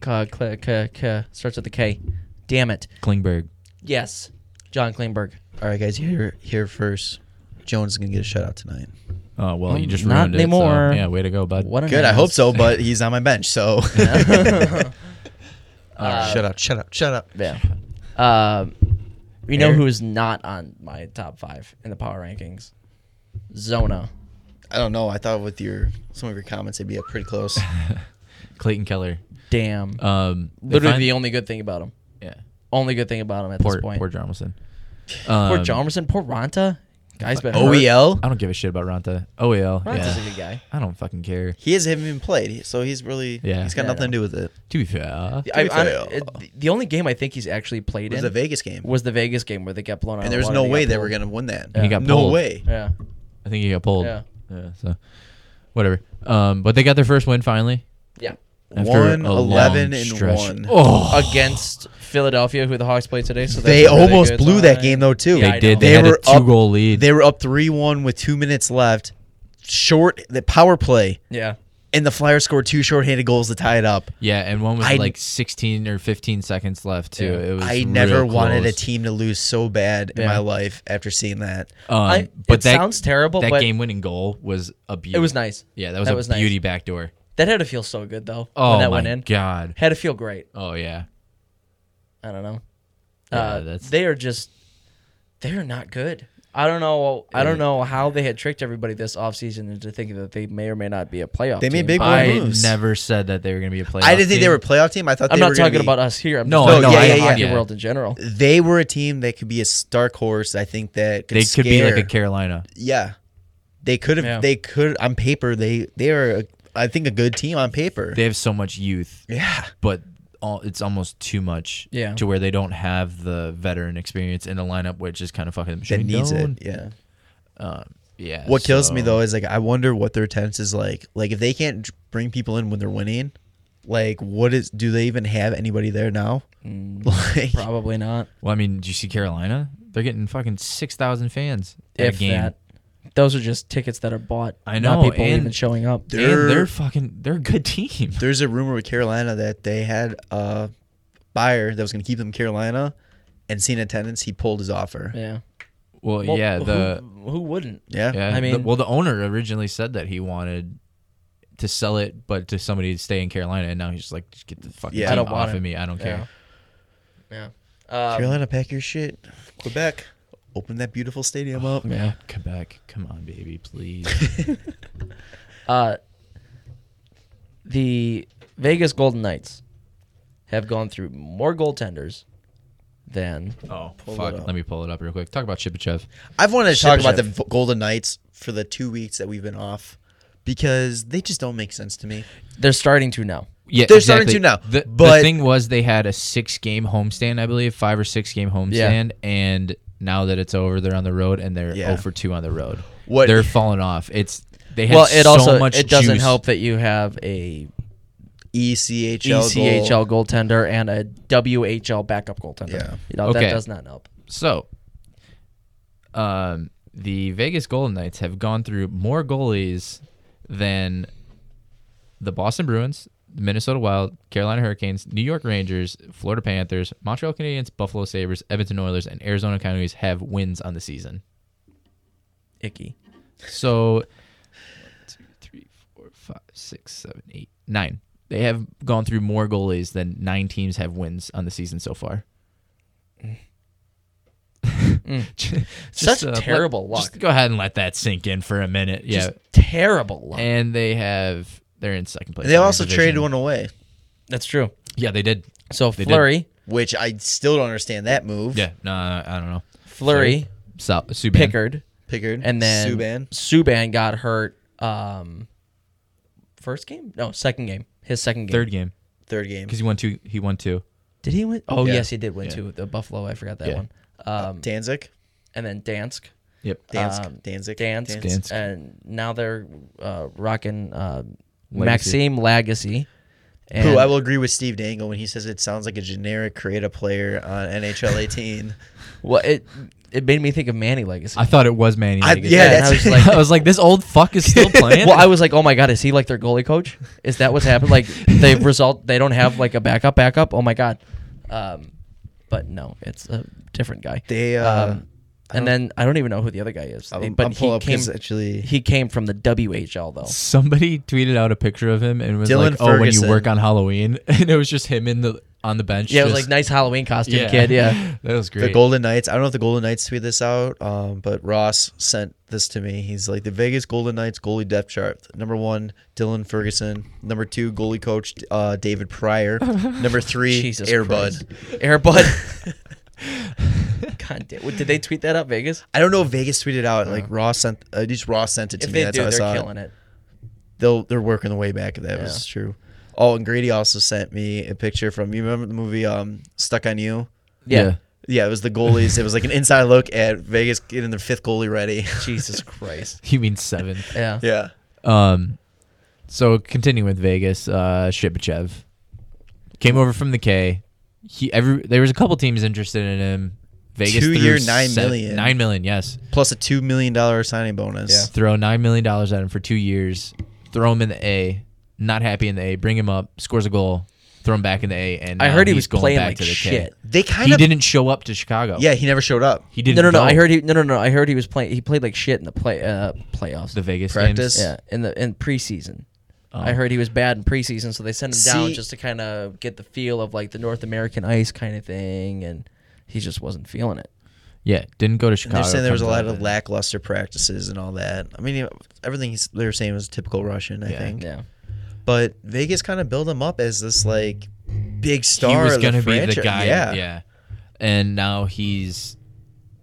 K, K, K, K, starts with a K. Damn it.
Klingberg.
Yes. John Klingberg.
All right, guys, you hear here first. Jones is gonna get a shutout tonight.
Oh well, you
Um,
just
not
ruined it.
anymore.
So, yeah, way to go, bud.
What an
Good, I hope
ass.
so, but he's on my bench, so shut up, shut up, shut up.
Yeah. Um, you know
Eric?
who is not on my top five in the power rankings? Zona.
I don't know. I thought with your some of your comments, it'd be up pretty close.
Clayton Keller.
Damn.
Uh,
Um, they
Literally
find-
the only good thing about him.
yeah.
Only good thing about him at
Poor
this point.
poor
Poor,
um,
Jarmelson.
Jalmerson. Poor Ronta. Guy's been
oh,
hurt.
OEL.
I don't give a shit about Ronta. OEL.
Ronta's a
Yeah.
good guy.
I don't fucking care.
He hasn't even played, so he's really
Yeah.
he's got
Yeah, I
nothing to do with it.
To be fair.
I,
be
I-
fair,
it- the only game I think he's actually
It
played
was
in
the Vegas game,
was the Vegas game where they got blown out.
and
of
there was
water,
no
got
way they were
pulled.
gonna win that.
Yeah.
He got
no
pulled.
way.
Yeah,
I think he got pulled.
Yeah.
Yeah, so whatever. Um, but they got their first win finally.
yeah.
after
One
a long
eleven and
stretch.
one.
Oh,
Against Philadelphia, who the Hawks played today, so that's
They
a really
almost
good
blew that
sign.
game though too.
Oh, Yeah, I
they did.
know.
They,
They
had
were
a
up-
two goal lead.
They were up three one with two minutes left. Short the power play,
Yeah,
and the Flyers scored two shorthanded goals to tie it up.
yeah, and one was
I-
like 16 or 15 seconds left too.
Yeah.
It was.
I never
real
wanted a
close.
team to lose so bad in
Yeah.
my life after seeing that.
Um,
I-
but
it
that
sounds terrible,
That
but-
game winning goal was a beauty.
it was nice.
Yeah, that was
That
a
was nice.
beauty backdoor.
That had to feel so good though
Oh
when that
my
went in.
god.
Had to feel great.
Oh yeah.
I don't know.
Yeah,
uh,
that's-
they are just they are not good. I don't know. I don't know how they had tricked everybody this offseason into thinking that they may or may not be a playoff.
They made
team.
big
I,
Well,
I
moves.
never said that they were going to be a playoff.
I didn't think they
team.
were a playoff team. I thought
I'm
they
not
were gonna
talking
be-
uh,
about us here. I'm
No,
just
no,
talking
yeah,
about
yeah,
the hockey
yeah.
world in general.
They were a team that could be a stark horse. I think that could
They could be like
scare-
a Carolina.
yeah. They could have.
Yeah.
They could on paper. They they are. A, I think a good team on paper.
They have so much youth,
yeah.
but all, it's almost too much
Yeah.
to where they don't have the veteran experience in a lineup, which is kind of fucking the machine.
That needs
gun.
it. Yeah.
Yeah.
What kills me
so-
though is like I wonder what their tense is like. Like if they can't dr- bring people in when they're winning, like what is? Do they even have anybody there now?
Mm.
like
Probably not.
Well, I mean, do you see Carolina? They're getting fucking six thousand fans at
If
a game.
that. Those are just tickets that are bought.
I
Not
know,
people
and-
even showing up.
And
They're-
they're, fucking they're a good team.
there's a rumor with Carolina that they had a buyer that was going to keep them in Carolina, and seeing attendance, he pulled his offer.
Yeah.
Well,
Well,
yeah,
who-
the
who wouldn't?
Yeah.
yeah,
I
I mean,
mean-
well, the owner originally said that he wanted to sell it, but to somebody to stay in Carolina, and now he's just like, just get the fucking
Yeah. I
team
don't want
off
it.
of me. I don't care.
Yeah. Yeah. Um,
Carolina, pack your shit. Quebec, open that beautiful stadium up.
yeah.
Quebec, come on, baby, please.
Uh, the Vegas Golden Knights have gone through more goaltenders than
oh
it up.
fuck, let me pull it up real quick. Talk about Chipachev.
I've wanted to talk about the
Ship.
V- Golden Knights for the two weeks that we've been off because they just don't make sense to me.
they're starting to now.
Yeah,
They're starting to now,
The,
but-
the thing was, they had a six-game homestand, I believe, five or six-game homestand, and now that it's over, they're on the road and they're
Yeah.
0 for two on the road.
What-
they're falling off. It's they had
Well, it
so
also
much
it doesn't
juice.
help that you have a E
E ECHL, goal.
ECHL goaltender and a WHL backup goaltender.
Yeah.
You know, that
Okay.
does not help.
So, um, the Vegas Golden Knights have gone through more goalies than the Boston Bruins, the Minnesota Wild, Carolina Hurricanes, New York Rangers, Florida Panthers, Montreal Canadiens, Buffalo Sabres, Edmonton Oilers, and Arizona Coyotes have wins on the season.
Icky.
So, one, two, three, four, five, six, seven, eight, nine. They have gone through more goalies than nine teams have wins on the season so far. Just,
Mm.
uh,
Such
let-
terrible
Just
luck.
go ahead and let that sink in for a minute. Yeah,
Just terrible luck.
and they have they're in second place.
They
in their
also traded
division.
one away,
That's true.
Yeah, they did.
So
They did.
Flurry,
which I still don't understand that move.
Yeah, no, I don't know.
Flurry,
So, Subban.
Pickard,
Pickard
and then
Subban.
Subban got hurt. Um, first game? No, second game. His second game.
third game
Third game.
because he won two. He won two.
Did he win? Oh
Yeah.
yes, he did win two. The Buffalo, I forgot that
Yeah.
one. Um,
Danzig,
and then Dansk,
Yep.
Danzig,
um,
Danzig,
Dansk,
Dansk.
and now they're uh, rocking uh,
Legacy.
Maxime Legacy. And
Who I will agree with Steve Dangle when he says it sounds like a generic create a player on NHL 18.
Well, it it made me think of Manny Legacy.
I thought it was Manny.
I-
Higgins.
Yeah,
yeah,
and I
that's
was like-
I was like, this old fuck is still playing.
well, I was like, oh my god, is he like their goalie coach? Is that what's happened? Like they result, they don't have like a backup, backup. Oh my god. Um, but no, it's a different guy.
They, uh,
um, and then I don't even know who the other guy is.
I'll-
Um, but
I'll pull
he
up
came
'cause actually-
he came from the WHL though.
somebody tweeted out a picture of him and was
Dylan
like, "Oh, when
Ferguson.
you work on Halloween," and it was just him in the on the bench.
Yeah, it was
just-
like nice Halloween costume kid. Yeah.
that was great.
The Golden Knights. I don't know if the Golden Knights tweeted this out, um, but Ross sent this to me. He's like the Vegas Golden Knights goalie depth chart. Number one, Dylan Ferguson. Number two, goalie coach uh, David Pryor. Number three,
Jesus
Airbud.
Airbud. God damn. Did they tweet that up, Vegas?
I don't know if Vegas tweeted out like Ross sent uh, just Ross sent it to
If they
me. That's
do,
how I
they're
saw it.
killing it.
they'll they're working the way back of that.
Yeah.
It's true. Oh, and Grady also sent me a picture from you remember the movie um Stuck on You?
Yeah.
Yeah, it was the goalies. it was like an inside look at Vegas getting their fifth goalie ready.
Jesus Christ.
You mean seven?
Yeah.
yeah.
Um, so continuing with Vegas, uh, Shipachev came over from the K. He every there was a couple teams interested in him. Vegas
Two
threw
year, nine
sev-
million.
nine million, yes.
Plus a two million dollar signing bonus.
Yeah.
Throw nine million dollars at him for two years. Throw him in the A. Not happy in the A. Bring him up. Scores a goal. Throw him back in the A. And
I
now
heard he
he's
was
going
playing
back
like
to the K.
shit.
They kind
He
of
didn't show up to Chicago.
Yeah, he never showed up.
he didn't.
No, no, no.
go
I heard he. No, no, no. I heard he was playing. He played like shit in the play uh, playoffs.
the Vegas
Practice.
games.
yeah, in the in preseason. I
Oh.
heard he was bad in preseason, so they sent him down
See-
just to kind of get the feel of like the North American ice kind of thing, and he just wasn't feeling it.
Yeah, didn't go to
And
Chicago.
they're saying there was a
comes
lot
out
of
it.
lackluster practices and all that. I mean, everything he's, they were saying was typical Russian, I
Yeah.
think.
Yeah,
But Vegas kind of built him up as this like big star.
He was
of the
gonna be the
franchise.
guy.
Yeah.
yeah. And now he's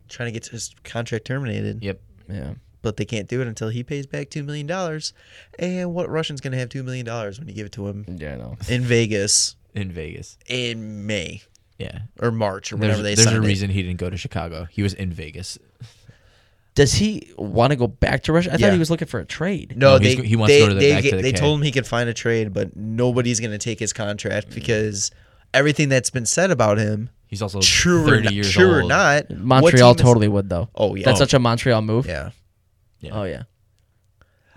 trying to get his contract terminated,
yep.
yeah.
but they can't do it until he pays back two million dollars. And what Russian's going to have two million dollars when you give it to
Mm.
him
Yeah, I know.
in Vegas
in Vegas.
in May
Yeah.
or March or
There's,
whenever they
there's
sign
a
it?
reason he didn't go to Chicago. He was in Vegas.
Does he want to go back to Russia? I
Yeah.
thought he was looking for a trade.
No,
No,
they,
he's go- he wants to
they,
go to the
they,
back to
get-
the
they
K.
told him he could find a trade, but nobody's going to take his
Mm.
contract because everything that's been said about him,
He's also
true or
30
not,
years
true
old.
or not, what
Montreal
team is-
totally would though.
Oh yeah,
That's such a Montreal move.
yeah.
Oh yeah.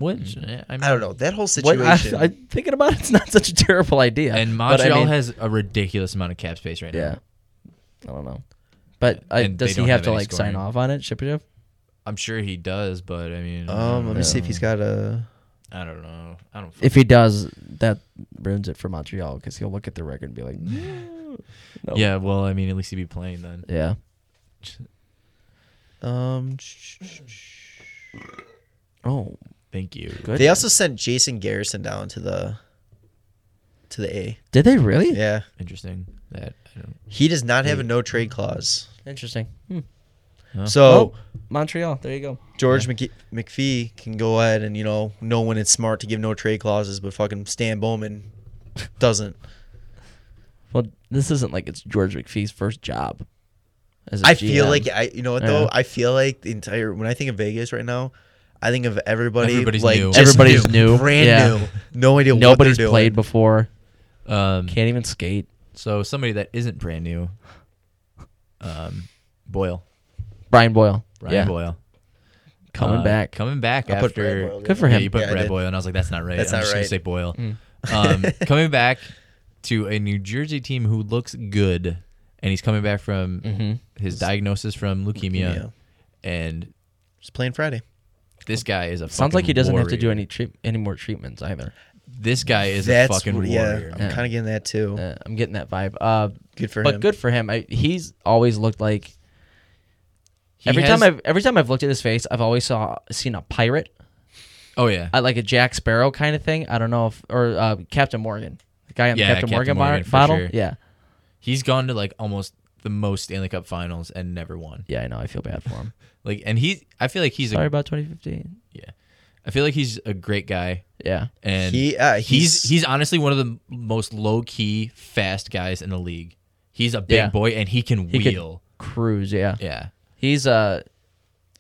Which eh, I, mean,
I don't know that whole
What, I,
situation.
I thinking about it, it's not such a terrible idea.
And
but I
Montreal
mean-
has a ridiculous amount of cap space right
Yeah.
now.
I don't know. But I,
And
does
they
he
don't
have
have
to
any
like sign
scoring.
off on it, Shipajev?
I'm sure he does, but I mean,
um, let me see if he's got a.
I don't know. I don't.
If he does, that ruins it for Montreal because he'll look at the record and be like, no.
Yeah, well, I mean, at least he'd be playing then.
yeah.
Um,
Oh,
Thank you.
good.
They also sent Jason Garrison down to the to the A.
Did they really?
Yeah.
Interesting. That I don't.
He does not have a no trade clause.
Interesting. Hmm.
Huh.
Oh.
So
Montreal. There you go.
George McG- McPhee can go ahead and, you know, know when it's smart to give no trade clauses, but fucking Stan Bowman doesn't.
Well, this isn't like it's George McPhee's first job. As a
I feel
GM.
like I you know what though?
Yeah.
I feel like the entire when I think of Vegas right now, I think of everybody
Everybody's
like
new.
just
Everybody's new.
Brand
Yeah.
new. No idea
nobody's
what they're doing.
played before.
Um,
Can't even skate.
so somebody that isn't brand new. Um, Boyle,
Brian Boyle.
Ryan
yeah.
Boyle,
Coming
Uh,
back.
coming back
I put Brad
after.
Boyle in.
Good for
yeah,
him. Mm.
you put
Yeah, I
Brad
did.
Boyle, and I was like, that's not right.
That's
I'm
not
just gonna
right.
say Boyle. Um, coming back to a New Jersey team who looks good, and he's coming back from
Mhm.
his diagnosis from leukemia,
Leukemia.
and
Just playing Friday.
this guy is a
Sounds like
fucking
he doesn't have to do
warrior.
any treat- any more treatments either.
This guy is
That's
a fucking
what- yeah,
warrior.
I'm
Yeah.
kinda getting that too.
Uh, I'm getting that vibe. Uh,
Good for
but
him.
good for him. I, he's always looked like
He
every
has-
time I've every time I've looked at his face, I've always saw seen a pirate,
oh yeah,
I, like a Jack Sparrow kind of thing. I don't know if or uh, Captain Morgan, the guy on
Yeah,
the Captain,
Captain
Morgan, bar-
Morgan, for
bottle.
sure.
Yeah,
he's gone to like almost the most Stanley Cup Finals and never won.
yeah, I know. I feel bad for him.
Like, and he, I feel like he's
Sorry
a,
about 2015.
yeah, I feel like he's a great guy,
Yeah,
and
He- uh,
he's
he's-
he's honestly one of the most low key fast guys in the league. He's a big
Yeah.
boy and he can
He could-
wheel.
Cruise. Yeah,
yeah,
he's uh,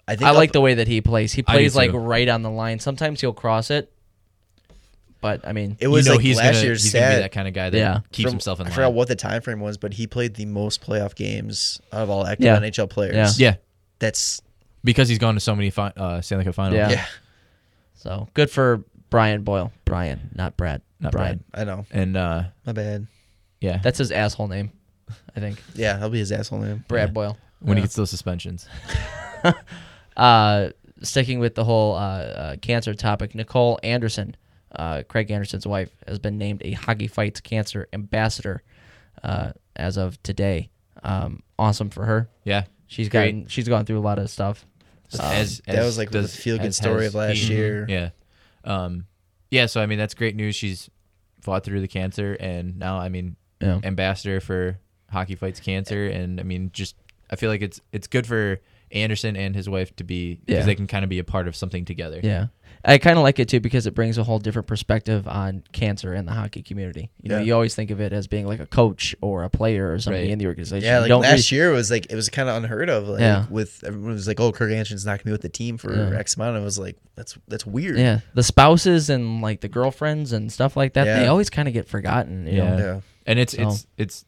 I think
I
I'll-
like the way that he plays. He
I do
plays like
too.
right on the line. Sometimes he'll cross it, but I mean,
it was
you know
like
he's
last
gonna,
year's
he's
stat.
gonna be that kind of guy that
Yeah.
keeps
from-
himself in
I
line.
forgot what the time frame was, but he played the most playoff games out of all active
Yeah.
NHL players.
Yeah.
yeah,
That's
because he's gone to so many fi- uh, Stanley Cup Finals.
Yeah.
yeah,
so good for Brian Boyle. Brian, not Brad.
Not
Brian.
I know.
and uh,
My bad.
yeah,
That's his asshole name, I think.
Yeah, that'll be his asshole name.
Brad
Yeah.
Boyle.
when he
Yeah.
gets those suspensions.
uh, sticking with the whole uh, uh, cancer topic, Nicole Anderson, uh, Craig Anderson's wife, has been named a Hockey Fights Cancer Ambassador uh, as of today. Um, awesome for her.
Yeah,
She's
Great.
gotten she's gone through a lot of stuff.
as,
Um, that was like the feel good
as
story
has
of last
he. Mhm.
year.
Yeah, um, yeah. So I mean, that's great news. She's fought through the cancer, and now I mean,
Yeah.
ambassador for Hockey Fights Cancer, and I mean, just I feel like it's it's good for Anderson and his wife to be because
Yeah.
they can kind of be a part of something together.
Yeah. I kind of like it too because it brings a whole different perspective on cancer in the hockey community. You know,
Yeah.
you always think of it as being like a coach or a player or somebody
Right.
in the organization.
Yeah,
You
like
don't
last
really-
year was like it was kind of unheard of. Like
Yeah.
with everyone was like, "Oh, Kirk Anderson's not gonna be with the team for
Yeah.
X amount." I was like, "That's that's weird."
Yeah, the spouses and like the girlfriends and stuff like that, they
Yeah.
always kind of get forgotten. You
Yeah.
Know?
yeah,
and it's
So-
it's it's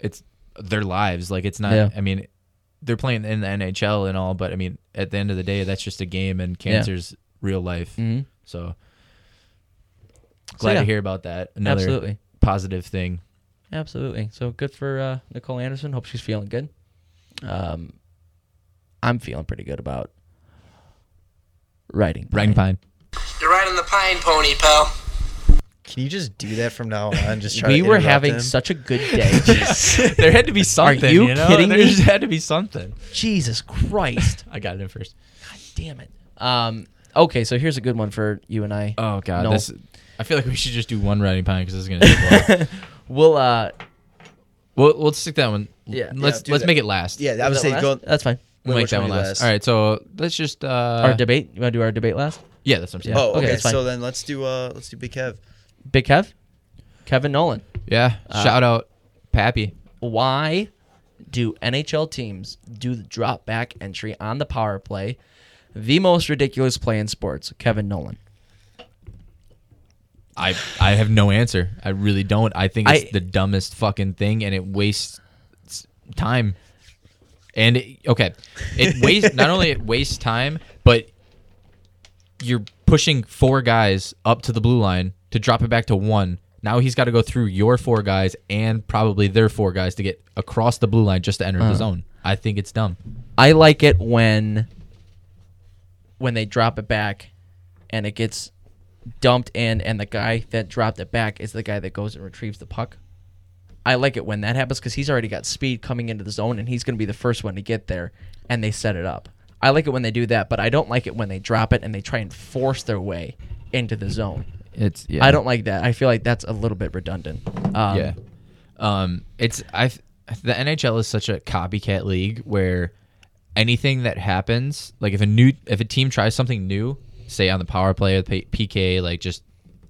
it's their lives. Like it's not.
Yeah.
I mean, they're playing in the NHL and all, but I mean, at the end of the day, that's just a game, and cancer's real life.
hmm
So glad
yeah.
to hear about that. Another
Absolutely,
positive thing.
absolutely. So good for uh, Nicole Anderson. Hope she's feeling good. Um, I'm feeling pretty good about writing.
Ragnar Pine.
You're riding the pine pony, pal.
Can you just do that from now on? Just try
we
to
were
interrupt
having
him?
such a good day.
there had to be something.
you
know?
kidding
there
me?
just had to be something.
Jesus Christ.
I got it in first.
Damn it. Um. Okay, so here's a good one for you and
Uh,
I.
Oh god,
No.
this. I feel like we should just do one riding pine because this is gonna. Take a while.
we'll. Uh.
we'll we'll stick that one.
Yeah.
Let's
do
let's
that.
make it last.
yeah, I would
was that
say
last?
go.
That's fine.
We'll
Wait,
make
which
that
one
one
do
last.
last?
All right, so let's just. uh
our debate. You want to do our debate last?
Yeah, that's what I'm saying.
Oh,
Okay,
okay.
that's fine.
so then let's do uh let's do Big Kev.
Big Kev, Kevin Nolan.
Yeah. shout out Pappy.
Why do NHL teams do the drop back entry on the power play? The most ridiculous play in sports. Kevin Nolan.
I I have no answer. I really don't. I think it's
I-
the dumbest fucking thing and it wastes s- time. And it, okay, it wastes not only it wastes time, but you're pushing four guys up to the blue line to drop it back to one. Now he's got to go through your four guys and probably their four guys to get across the blue line just to enter the zone. I think it's dumb.
I like it when when they drop it back and it gets dumped in and the guy that dropped it back is the guy that goes and retrieves the puck. I like it when that happens cuz he's already got speed coming into the zone and he's going to be the first one to get there and they set it up. I like it when they do that, but I don't like it when they drop it and they try and force their way into the zone.
It's yeah.
I don't like that. I feel like that's a little bit redundant. Um,
yeah. Um, it's I the NHL is such a copycat league where anything that happens, like if a new if a team tries something new, say on the power play or the P- PK, like just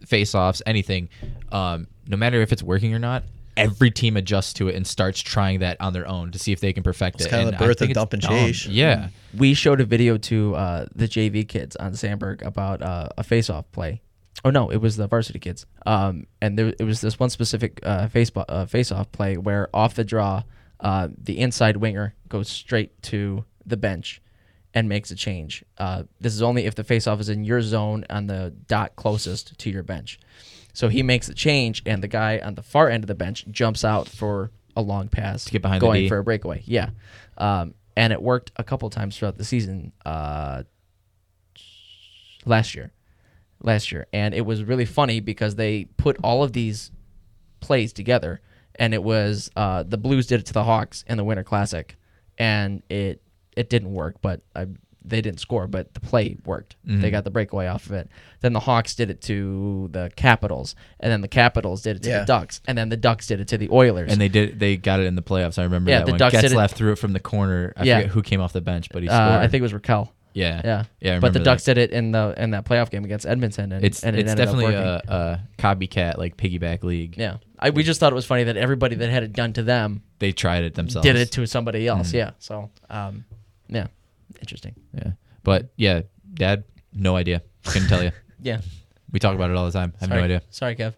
face-offs, anything, um, no matter if it's working or not, every team adjusts to it and starts trying that on their own to see if they can perfect it. And
kinda the
I
birth of
think it's
dump and
dumb.
chase.
Yeah.
we showed a video to uh, the JV kids on Sandberg about uh, a face-off play. Oh no, it was the varsity kids. Um, and there, it was this one specific uh, face uh, face-off play where off the draw, uh, the inside winger goes straight to the bench and makes a change. Uh, this is only if the face-off is in your zone on the dot closest to your bench. So he makes a change, and the guy on the far end of the bench jumps out for a long pass to
get behind the
going
D.
for a breakaway. Yeah, um, and it worked a couple times throughout the season uh, last year, last year, and it was really funny because they put all of these plays together, and it was uh, the Blues did it to the Hawks in the Winter Classic, and it it didn't work, but I, they didn't score, but the play worked.
Mm-hmm.
They got the breakaway off of it. Then the Hawks did it to the Capitals, and then the Capitals did it to
Yeah.
the Ducks, and then the Ducks did it to the Oilers.
And they did they got it in the playoffs. I remember
Yeah,
that
the
one.
Ducks did it-
Getzlaff threw it from the corner. I
Yeah.
forget who came off the bench, but he scored.
uh, I think it was Raquel.
yeah.
Yeah,
Yeah. I
but the
remember that.
Ducks did it in the in that playoff game against Edmonton, and
It's
and it
it's
ended
definitely
up working.
a, a copycat like piggyback league.
yeah. I, we just thought it was funny that everybody that had it done to them
They tried it themselves.
did it to somebody else.
Mm-hmm.
Yeah, so um, yeah, interesting.
Yeah. But yeah, Dad, no idea. Couldn't tell you.
Yeah,
We talk about it all the time. I have
sorry.
no idea.
Sorry, Kev.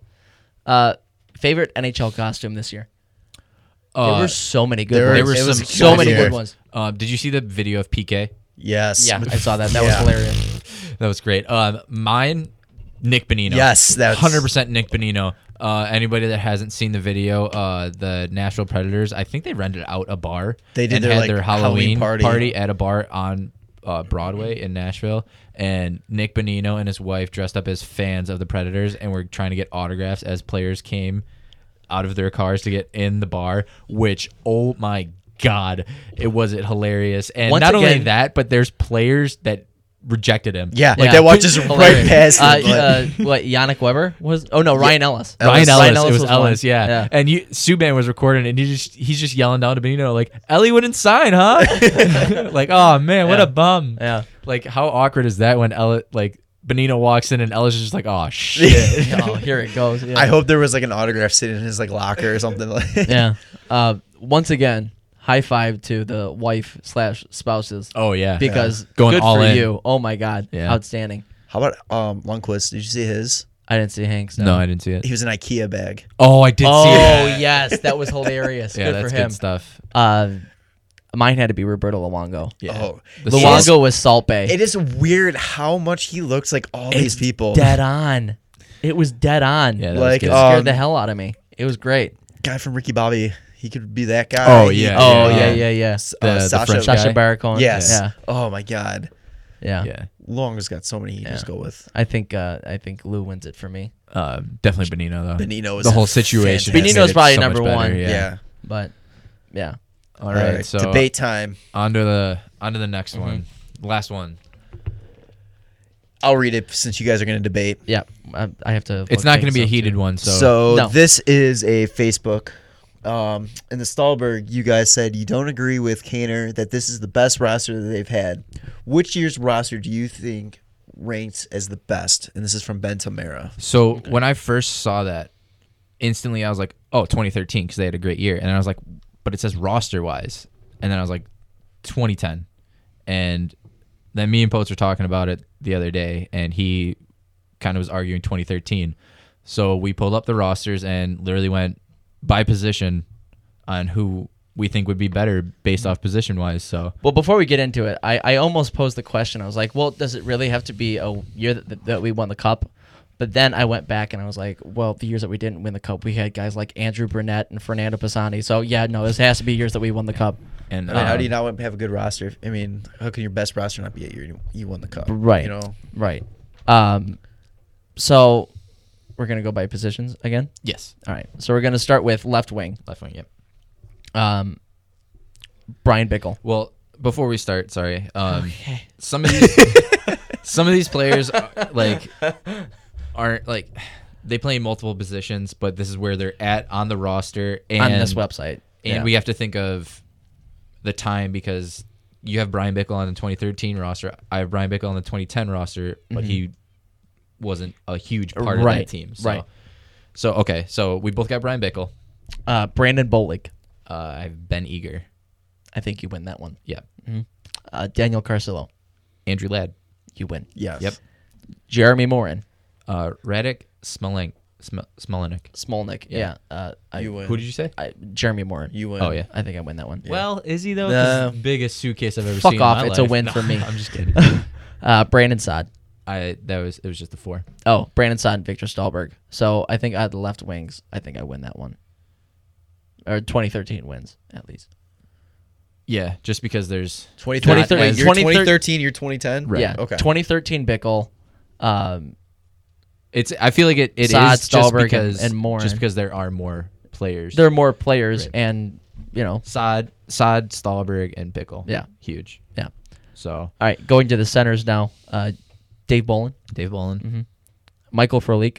Uh, favorite NHL costume this year? there were so many good.
there
ones.
were-
there Uh, were
it was
some-
a
so
good
many
year.
good ones.
Uh, did you see the video of PK?
Yes.
Yeah, I saw that. That was
Yeah.
hilarious.
That was great. Um, mine, Nick Benino.
Yes, that's-
hundred percent Nick Benino. Uh, anybody that hasn't seen the video, uh, the Nashville Predators, I think they rented out a bar.
They did
and
their,
had
like,
their Halloween,
Halloween
party.
party.
at a bar on uh, Broadway in Nashville, and Nick Benino and his wife dressed up as fans of the Predators, and were trying to get autographs as players came out of their cars to get in the bar. Which, oh my God, it was it hilarious! And
Once
not only
again-
that, but there's players that rejected him.
Yeah, like that watch just right
Hilarious.
past
Uh,
him. but-
uh, what Yannick Weber was? Oh no, Ryan Ellis.
Ryan Ellis, it was,
one.
Ellis, yeah. And you, Subban was recording, and he just he's just yelling down to Benino like, "Ellie wouldn't sign, huh?" like, oh man, what
Yeah.
a bum.
yeah.
Like, how awkward is that when Ellis like Benino walks in and Ellis is just like, "Oh shit."
Yeah. oh, here it goes. Yeah.
I hope there was like an autograph sitting in his like locker or something. Like,
yeah. Uh, once again, high five to the wife slash spouses
oh yeah.
because
Going
good
all
for
in.
you. Oh my God,
Yeah.
outstanding.
how about um Lundqvist? Did you see his?
I didn't see Hanks.
no, I didn't see it.
He was an IKEA bag.
Oh, I did
Oh
see it.
yes, that was hilarious.
Yeah,
good
that's
for him.
good stuff.
Uh, mine had to be Roberto Luongo.
Yeah.
Oh,
The
It
sauce.
is-
Luongo was salt bay.
It is weird how much he looks like all these people.
dead on. It was dead on.
Yeah, that was
Like,
good.
it scared
um,
the hell out of me. It was great.
guy from Ricky Bobby, he could be that guy.
Oh,
He-
yeah.
Oh yeah,
yeah.
yeah, yeah.
uh,
The- the
Sasha.
French guy.
Sasha Baron Cohen.
Yes.
Yeah.
Oh my God,
Yeah.
yeah.
Long's got so many he can just go with.
I think uh, I think Lou wins it for me.
Um, definitely Benino though.
Benino is
the whole situation.
fantastic.
has made
Benino's
it
probably
so much
number
better,
one.
Yeah.
Yeah.
But yeah.
All right. so
debate time.
on to the on to the next
Mm-hmm.
one. Last one.
I'll read it since you guys are going to debate.
Yeah. I, I have to
It's
look
not going to
things
be a
up,
heated
too.
one. So,
So
No.
this is a Facebook. Um, in the Stahlberg, you guys said you don't agree with Kaner that this is the best roster that they've had. Which year's roster do you think ranks as the best? And this is from Ben Tamara.
so when I first saw that, instantly I was like, "Oh, 2013," because they had a great year, and then I was like, "But it says roster wise," and then I was like, "2010," and then me and Poets were talking about it the other day, and he kind of was arguing 2013. So we pulled up the rosters and literally went by position on who we think would be better based
Mm-hmm.
off position wise. So
Well, before we get into it, I, I almost posed the question. I was like, well, does it really have to be a year that, that we won the cup? But then I went back and I was like, well, the years that we didn't win the cup, we had guys like Andrew Burnett and Fernando Pisani. So yeah, no, this has to be years that we won the cup.
and
I mean, how
um,
do you not have a good roster? I mean, how can your best roster not be a year you- you won the cup?
Right.
You know,
Right. Um, so we're gonna go by positions again.
yes,
All right. So we're gonna start with left wing.
left wing, yep.
Um, Brian Bickle.
Well, before we start, sorry. Um, Some of these, some of these players, are, like, aren't like they play in multiple positions, but this is where they're at on the roster and
on this website.
And
Yeah.
we have to think of the time because you have Brian Bickle on the 2013 roster. I have Brian Bickle on the 2010 roster, but he wasn't a huge part of
Mm-hmm. Right,
that team. So.
right.
So okay, so we both got Brian Bickle.
uh, Brandon Bolick.
Uh, I have Ben Eager.
I think you win that one.
Yeah.
Uh, Daniel Carcillo.
Andrew Ladd.
You win.
yes.
Yep.
Jeremy Morin.
Uh, Radic Smolenk. Sm- Smolenik.
Smolnick. Yeah.
Yeah.
Uh, I,
You win.
Who did you say?
I, Jeremy Morin.
You win.
Oh yeah.
I think I win that one.
Well, is he though?
'Cause
the biggest suitcase I've ever
Fuck
seen.
off,
In my
it's a
life.
win for me.
I'm just kidding.
Uh, Brandon Sod.
I that was it was just the four.
Oh, Brandon Sod and Victor Stahlberg. So I think at the left wings, I think I win that one. Or 2013 wins at least.
Yeah, just because there's
2013. Wait,
2013
you're 2013, you're 2010?
Right.
Yeah.
Okay.
2013 Bickle. Um,
it's I feel like it it is
Saad,
just
Stahlberg, and-
because
and Morin.
just because there are more players.
there are more players,
Right.
and you know,
Sod Sod Stahlberg and Pickle.
Yeah.
huge.
yeah.
So
All right, going to the centers now. Uh, Dave Bolin, Mm-hmm.
Dave Bolin,
Michael Frolik,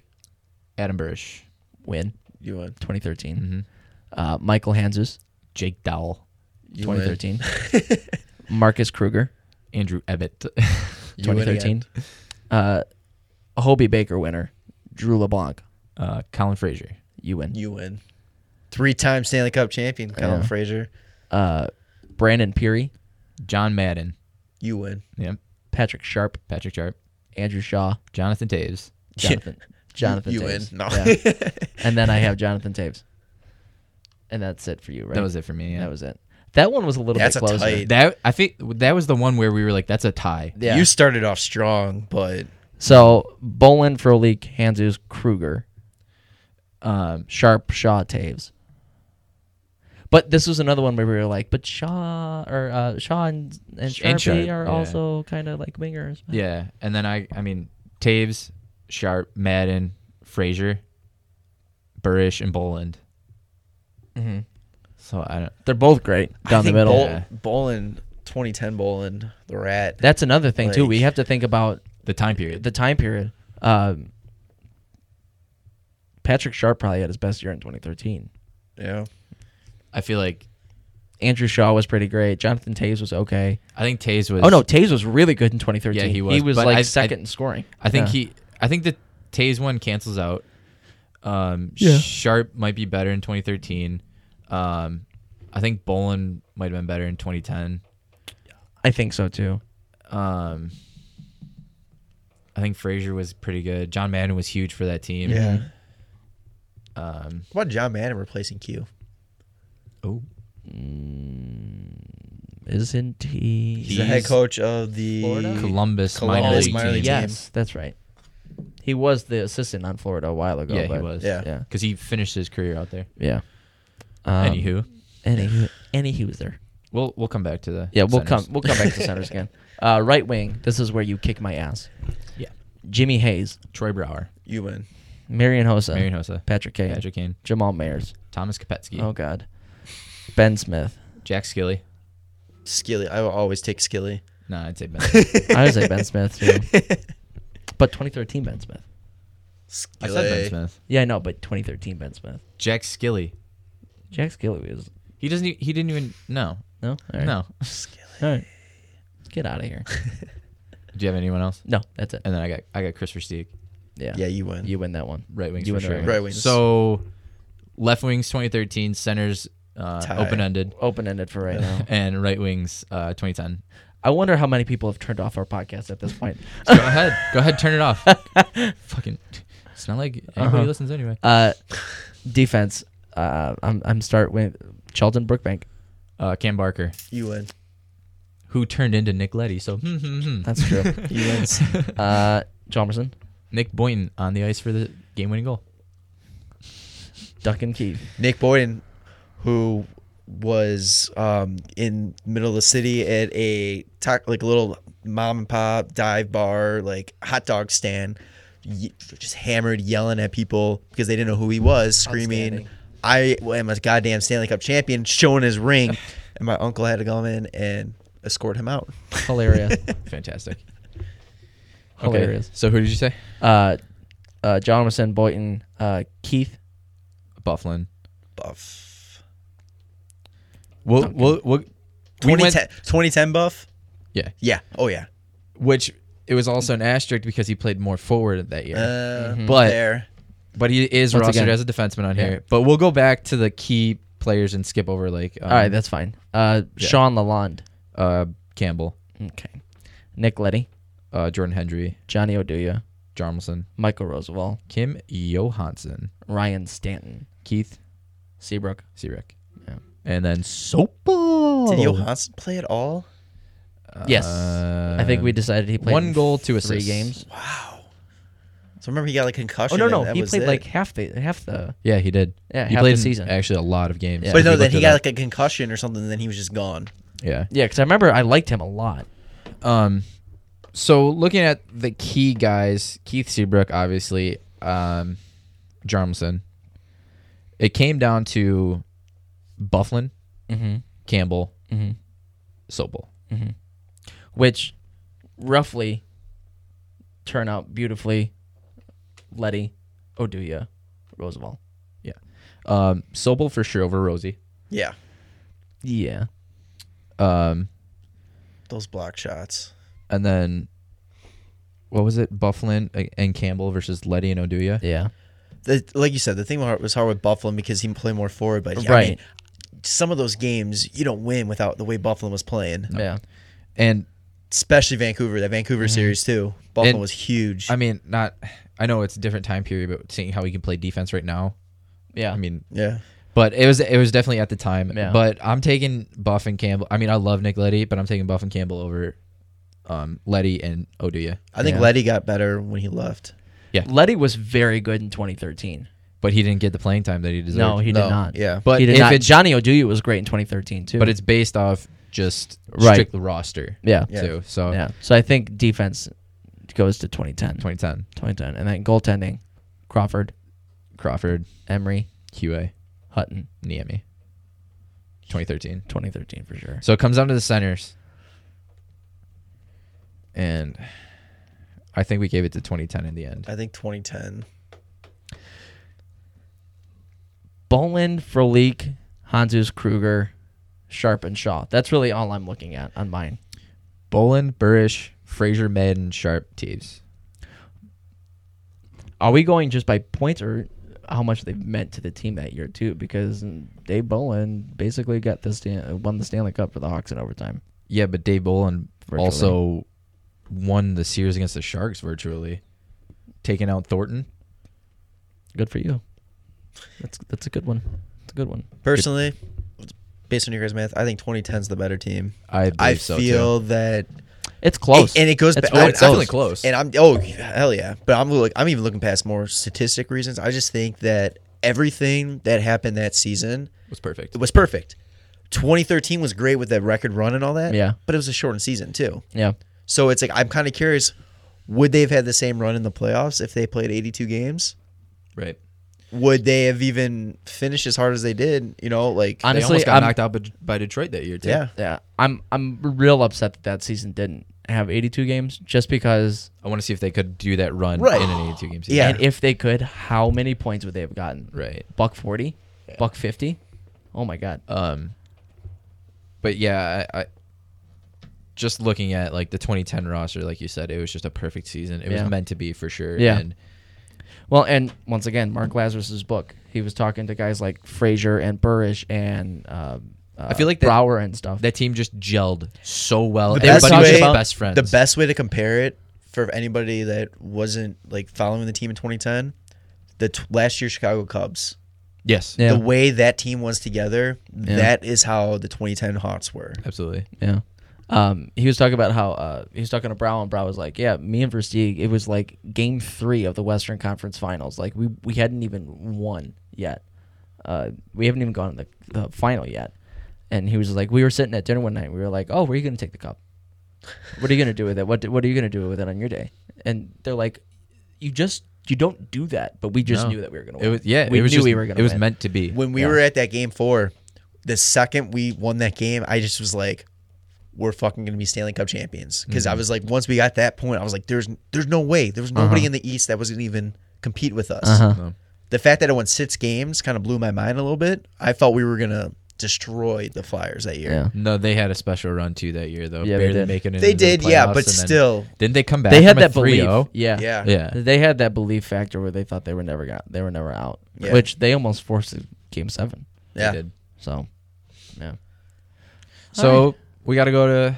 Adam Burrish,
win
You win.
2013. Uh, Michael Hansus,
Jake Dowell,
You win.
2013. Marcus Kruger,
Andrew Ebbett.
You win again.
2013. Uh, Hobie Baker winner, Drew LeBlanc,
uh, Colin Frazier.
you win.
You win. Three time Stanley Cup champion, Colin
Yeah.
Fraser.
Uh, Brandon Peary,
John Madden.
You win.
Yep.
Patrick Sharp,
Patrick Sharp.
Andrew Shaw,
Jonathan Taves.
Jonathan. Jonathan
you
Taves.
win. No.
Yeah. and then I have Jonathan Taves. And that's it for you, right?
That was it for me. Yeah.
That was it. That one was a little
That's
bit
a
closer.
tight-
That I think that was the one where we were like, "That's a tie."
Yeah.
You started off strong, but
so Bolin, Frolik, Hanzus, Kruger,
Um,
Sharp, Shaw, Taves. But this was another one where we were like, but Shaw or uh, Shaw and, and Sharpie
And Sharp,
are
yeah.
also kind of like wingers.
yeah, and then I, I mean, Taves, Sharp, Madden, Frazier, Burrish, and Boland. So I don't.
They're both great down
I
the
think
middle.
Bol-
Yeah.
Bolin 2010 bowl and the rat.
That's another thing too.
Like-
We have to think about
The time period.
the time period. Um, Patrick Sharp probably had his best year in 2013.
Yeah.
I feel like
Andrew Shaw was pretty great. Jonathan Taves was okay.
I think Taze was.
Oh no, Taves was really good in 2013.
Yeah, he
He
was,
was
but
like
I- I-
second in scoring.
I think
Yeah.
he. I think the Taze one cancels out. Um,
Yeah.
Sharp might be better in 2013. Um, I think Bolin might have been better in 2010.
I think so too.
Um, I think Frazier was pretty good. John Madden was huge for that team.
Yeah.
Um,
What about John Madden replacing Q?
oh,
Isn't he?
He's, the head coach of the
Columbus, minor
Columbus
league
minor league
team.
yes, that's right. He was the assistant on Florida a while ago.
Yeah, he
but-
was.
Yeah.
Yeah,
because he finished his career out there.
yeah. Um,
Anywho,
anywho, anywho was there.
we'll we'll come back to the
Yeah, we'll
centers.
come. We'll come back to centers again. Uh, right wing. This is where you kick my ass.
Yeah.
Jimmy Hayes,
Troy Brower,
You win.
Marion Hosa,
Marion Hossa,
Patrick Kane,
Patrick Kane,
Jamal Mayers.
Thomas Kopetsky,
Oh God. Ben Smith.
Jack Skilly.
Skilly. I will always take Skilly.
No, I'd say Ben.
I would say Ben Smith too. But 2013 Ben Smith.
I
Skilly.
said Ben Smith.
Yeah, I know, but 2013 Ben Smith.
Jack Skilly.
Jack Skilly was
He doesn't. e- He didn't even. No.
no. All right.
No.
All right. Get out of here.
Do you have anyone else?
No, that's it.
And then I got I got Chris Versteeg,
Yeah.
Yeah, you win.
You win that one.
right wings
You
for
and the
sure.
right
Right wings.
So, left wings 2013, centers uh,
Tie.
open ended,
Open ended for right now.
and right wings uh, 2010.
I wonder how many people have turned off our podcast at this point.
Go ahead. Go ahead. Turn it off. Fucking. It's not like anybody
Uh-huh.
listens anyway.
Uh, defense. Uh, I'm I'm start with Sheldon Brookbank.
Uh, Cam Barker,
You win.
who turned into Nick Letty. So hmm, hmm, hmm.
That's true.
You win.
uh, Jomerson,
Nick Boynton on the ice for the game winning goal.
Duck and Keith.
Nick Boyden, who was um, in middle of the city at a ta- like little mom and pop dive bar, like hot dog stand, ye- just hammered, yelling at people because they didn't know who he was, screaming,
Outstanding.
"I am a goddamn Stanley Cup champion!" Showing his ring, and my uncle had to come in and escort him out.
Hilarious.
Fantastic. Okay,
Hilarious.
So who did you say?
Uh, uh, Jomerson, Boyton, uh, Keith.
Bufflin.
Buff.
We'll, we'll, we'll, we went,
2010, 2010 buff.
Yeah.
Yeah. Oh yeah.
which it was also an asterisk because he played more forward that year.
Uh,
Mm-hmm. But-
there.
but he is
Once
rostered
again.
as a defenseman on
Yeah.
here. But we'll go back to the key players and skip over like um,
All right, that's fine. Uh, Sean Lalonde.
uh, Campbell,
Okay. Nick Letty,
uh, Jordan Hendry,
Johnny Oduya,
Jarmelson,
Michael Roosevelt,
Kim Johansson,
Ryan Stanton,
Keith
Seabrook.
Seabrook,
Yeah.
and then Sopo.
Did Johansson play at all?
Yes. I think we
did
decided he played
one
in
goal, two
three
assists.
games.
So remember he got like concussion.
Oh no,
and
no,
that
he
was
played
it.
like half the half the.
Yeah, he did.
Yeah,
he
half
played
the
in
season.
Actually, a lot of games.
Yeah.
But no,
We
then
looked
he
it
got
up.
like a concussion or something, and then he was just gone.
yeah.
Yeah, because I remember I liked him a lot.
Um, so looking at the key guys, Keith Seabrook, obviously, um, Jarmson. It came down to Bufflin,
Mm-hmm.
Campbell,
Mhm.
Sobel.
which roughly turn out beautifully. Letty, Oduya, Roosevelt.
Um, Sobel for sure over Rosie.
Yeah,
Yeah.
Um,
those block shots.
and then what was it? Bufflin uh, and Campbell versus Letty and Oduya.
Yeah.
The, like you said, the thing wa- was hard with Buffalo because he played more forward. But I mean,
Right.
some of those games you don't win without the way Buffalo was playing,
Yeah.
And
especially Vancouver. That Vancouver series too. Buffalo
Mm-hmm. And-
was huge.
I mean, not. I know it's a different time period, but seeing how he can play defense right now,
Yeah.
I mean,
yeah,
But it was it was definitely at the time.
Yeah.
But I'm taking Buff and Campbell. I mean, I love Nick Letty, but I'm taking Buff and Campbell over um, Letty and Oduya.
I think
Yeah.
Letty got better when he left.
Letty was very good in 2013.
But he didn't get the playing time that he deserved.
No, he did
No,
not.
Yeah,
But
he did
if
not.
it's
Johnny Oduya was great in 2013 too.
but it's based off just
Right.
strictly roster
yeah.
Yeah.
too. So
Yeah. So I think defense goes to 2010.
2010
2010, and then goaltending, Crawford,
Crawford
Emery,
QA
Hutton,
Niemi 2013.
2013 for sure.
So it comes down to the centers. and I think we gave it to 2010 in the end.
I think 2010.
Bolin, Frolik, Hansus Kruger, Sharp, and Shaw. That's really all I'm looking at on mine.
Bolin, Burrish, Fraser, Madden, Sharp, Teves.
Are we going just by points or how much they meant to the team that year too? Because Dave Bolin basically got the Stan- won the Stanley Cup for the Hawks in overtime.
Yeah, but Dave Bolin
Virtually.
also won the series against the Sharks virtually, taking out Thornton.
Good for you. That's that's a good one. It's a good one.
Personally, based on your guys' math, I think 2010 is the better team.
I
I
believe so, too.
feel that,
It's close.
and, and it goes
It's
back.
really
I-
it's definitely
I-
close.
And I'm oh hell yeah, but I'm look, I'm even looking past more statistic reasons. I just think that everything that happened that season
was perfect.
it was perfect. 2013 was great with that record run and all that.
Yeah.
but it was a shortened season too.
yeah.
So it's like I'm kind of curious, would they have had the same run in the playoffs if they played 82 games?
Right.
Would they have even finished as hard as they did? You know, like
They
Honestly,
almost got
I'm-
knocked out by, by Detroit that year too.
yeah.
yeah, I'm I'm real upset that that season didn't have 82 games just because.
I want to see if they could do that run
Right.
in an 82 game season.
Yeah.
And if they could, how many points would they have gotten?
Right.
Buck 40, buck 50. Oh my god.
Um, but yeah, I, I just looking at like the 2010 roster, like you said, it was just a perfect season. It
Yeah.
was meant to be for sure.
Yeah.
And
Well, and once again, Mark Lazarus's book. He was talking to guys like Frazier and Burrish and uh, I
feel like that-
Brower and stuff.
that team just gelled so well.
The
Everybody
best
was
way-
just best friends.
The best way to compare it for anybody that wasn't like following the team in 2010, the t- last year Chicago Cubs.
Yes.
Yeah.
The way that team was together, that is how the 2010 Hawks were.
Absolutely.
yeah. Um, he was talking about how uh, he was talking to Brow and Brow was like, "Yeah, me and Versteeg, it was like game three of the Western Conference Finals. Like we we hadn't even won yet. Uh, we haven't even gone to the, the final yet." And he was like, "We were sitting at dinner one night. We were like, oh, where are you gonna take the cup? What are you gonna do with it? What what are you gonna do with it on your day?" And they're like, "You just." You don't do that, but we just
No.
knew that we were going to
It
win.
was yeah.
we
it was
knew
just-
we were going to.
It was
win.
meant to be.
When we
Yeah.
were at that game four, the second we won that game, I just was like, we're fucking gonna be Stanley Cup champions. Because
Mm-hmm.
I was like, once we got that point, I was like, there's there's no way. There was
Uh-huh.
nobody in the East that was gonna even compete with us.
No.
The fact that I won six games kind of blew my mind a little bit. I thought we were gonna destroy the Flyers that year.
Yeah.
No, they had a special run too that year though.
Yeah, they
barely
did.
making it.
They
into the
did, yeah,
playoffs,
but
and then-
still.
didn't they come back?
they had
from a
that belief.
3-0?
Yeah.
Yeah.
Yeah.
They had that belief factor where they thought they were never got they were never out,
Yeah.
which they almost forced to game seven.
Yeah.
They did.
So, yeah,
So we got to go to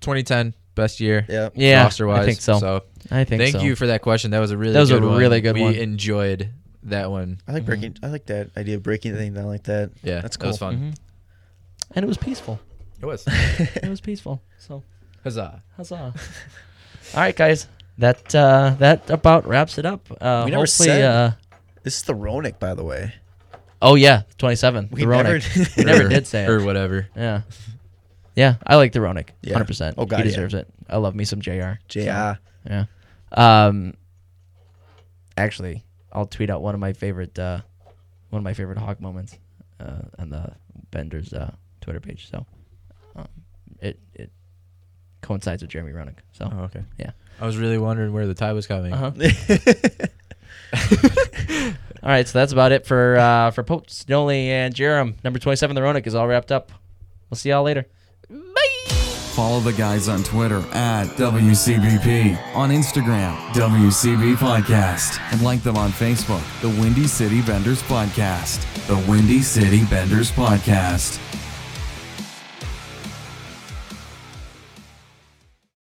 2010 best year.
Yeah.
yeah,
roster wise.
I think so. I think
thank
so.
you for that question. That was a really
That was a
good one.
really good
we
one.
enjoyed that one.
Mm-hmm.
I like breaking. I like that idea of breaking things down like that.
Yeah,
that's
that
cool.
was fun.
and it was peaceful.
It was
It was peaceful. So
huzzah.
huzzah! All right, guys, that uh, that about wraps it up. Uh,
We never
hopefully,
said-
Uh,
This is the Ronick, by the way.
oh yeah, twenty seven.
We
the Ronick.
never-
we never
Or-
did say it.
or whatever.
Yeah, yeah, I like the Ronick.
Yeah.
Hundred percent.
Oh, God,
he
yeah.
deserves it. I love me some Jr.
Jr.
Yeah. Um actually, I'll tweet out one of my favorite uh one of my favorite hawk moments uh on the Bender's uh Twitter page. So um it it coincides with Jeremy Roenick. So
Oh, okay.
Yeah.
I was really wondering where the tie was coming.
uh-huh. all right, so that's about it for uh for Pope Snowley and Jerem. Number 27 the Roenick is all wrapped up. We'll see y'all later.
Follow the guys on Twitter at WCBP, on Instagram, WCB Podcast, and like them on Facebook, The Windy City Benders Podcast. The Windy City Benders Podcast.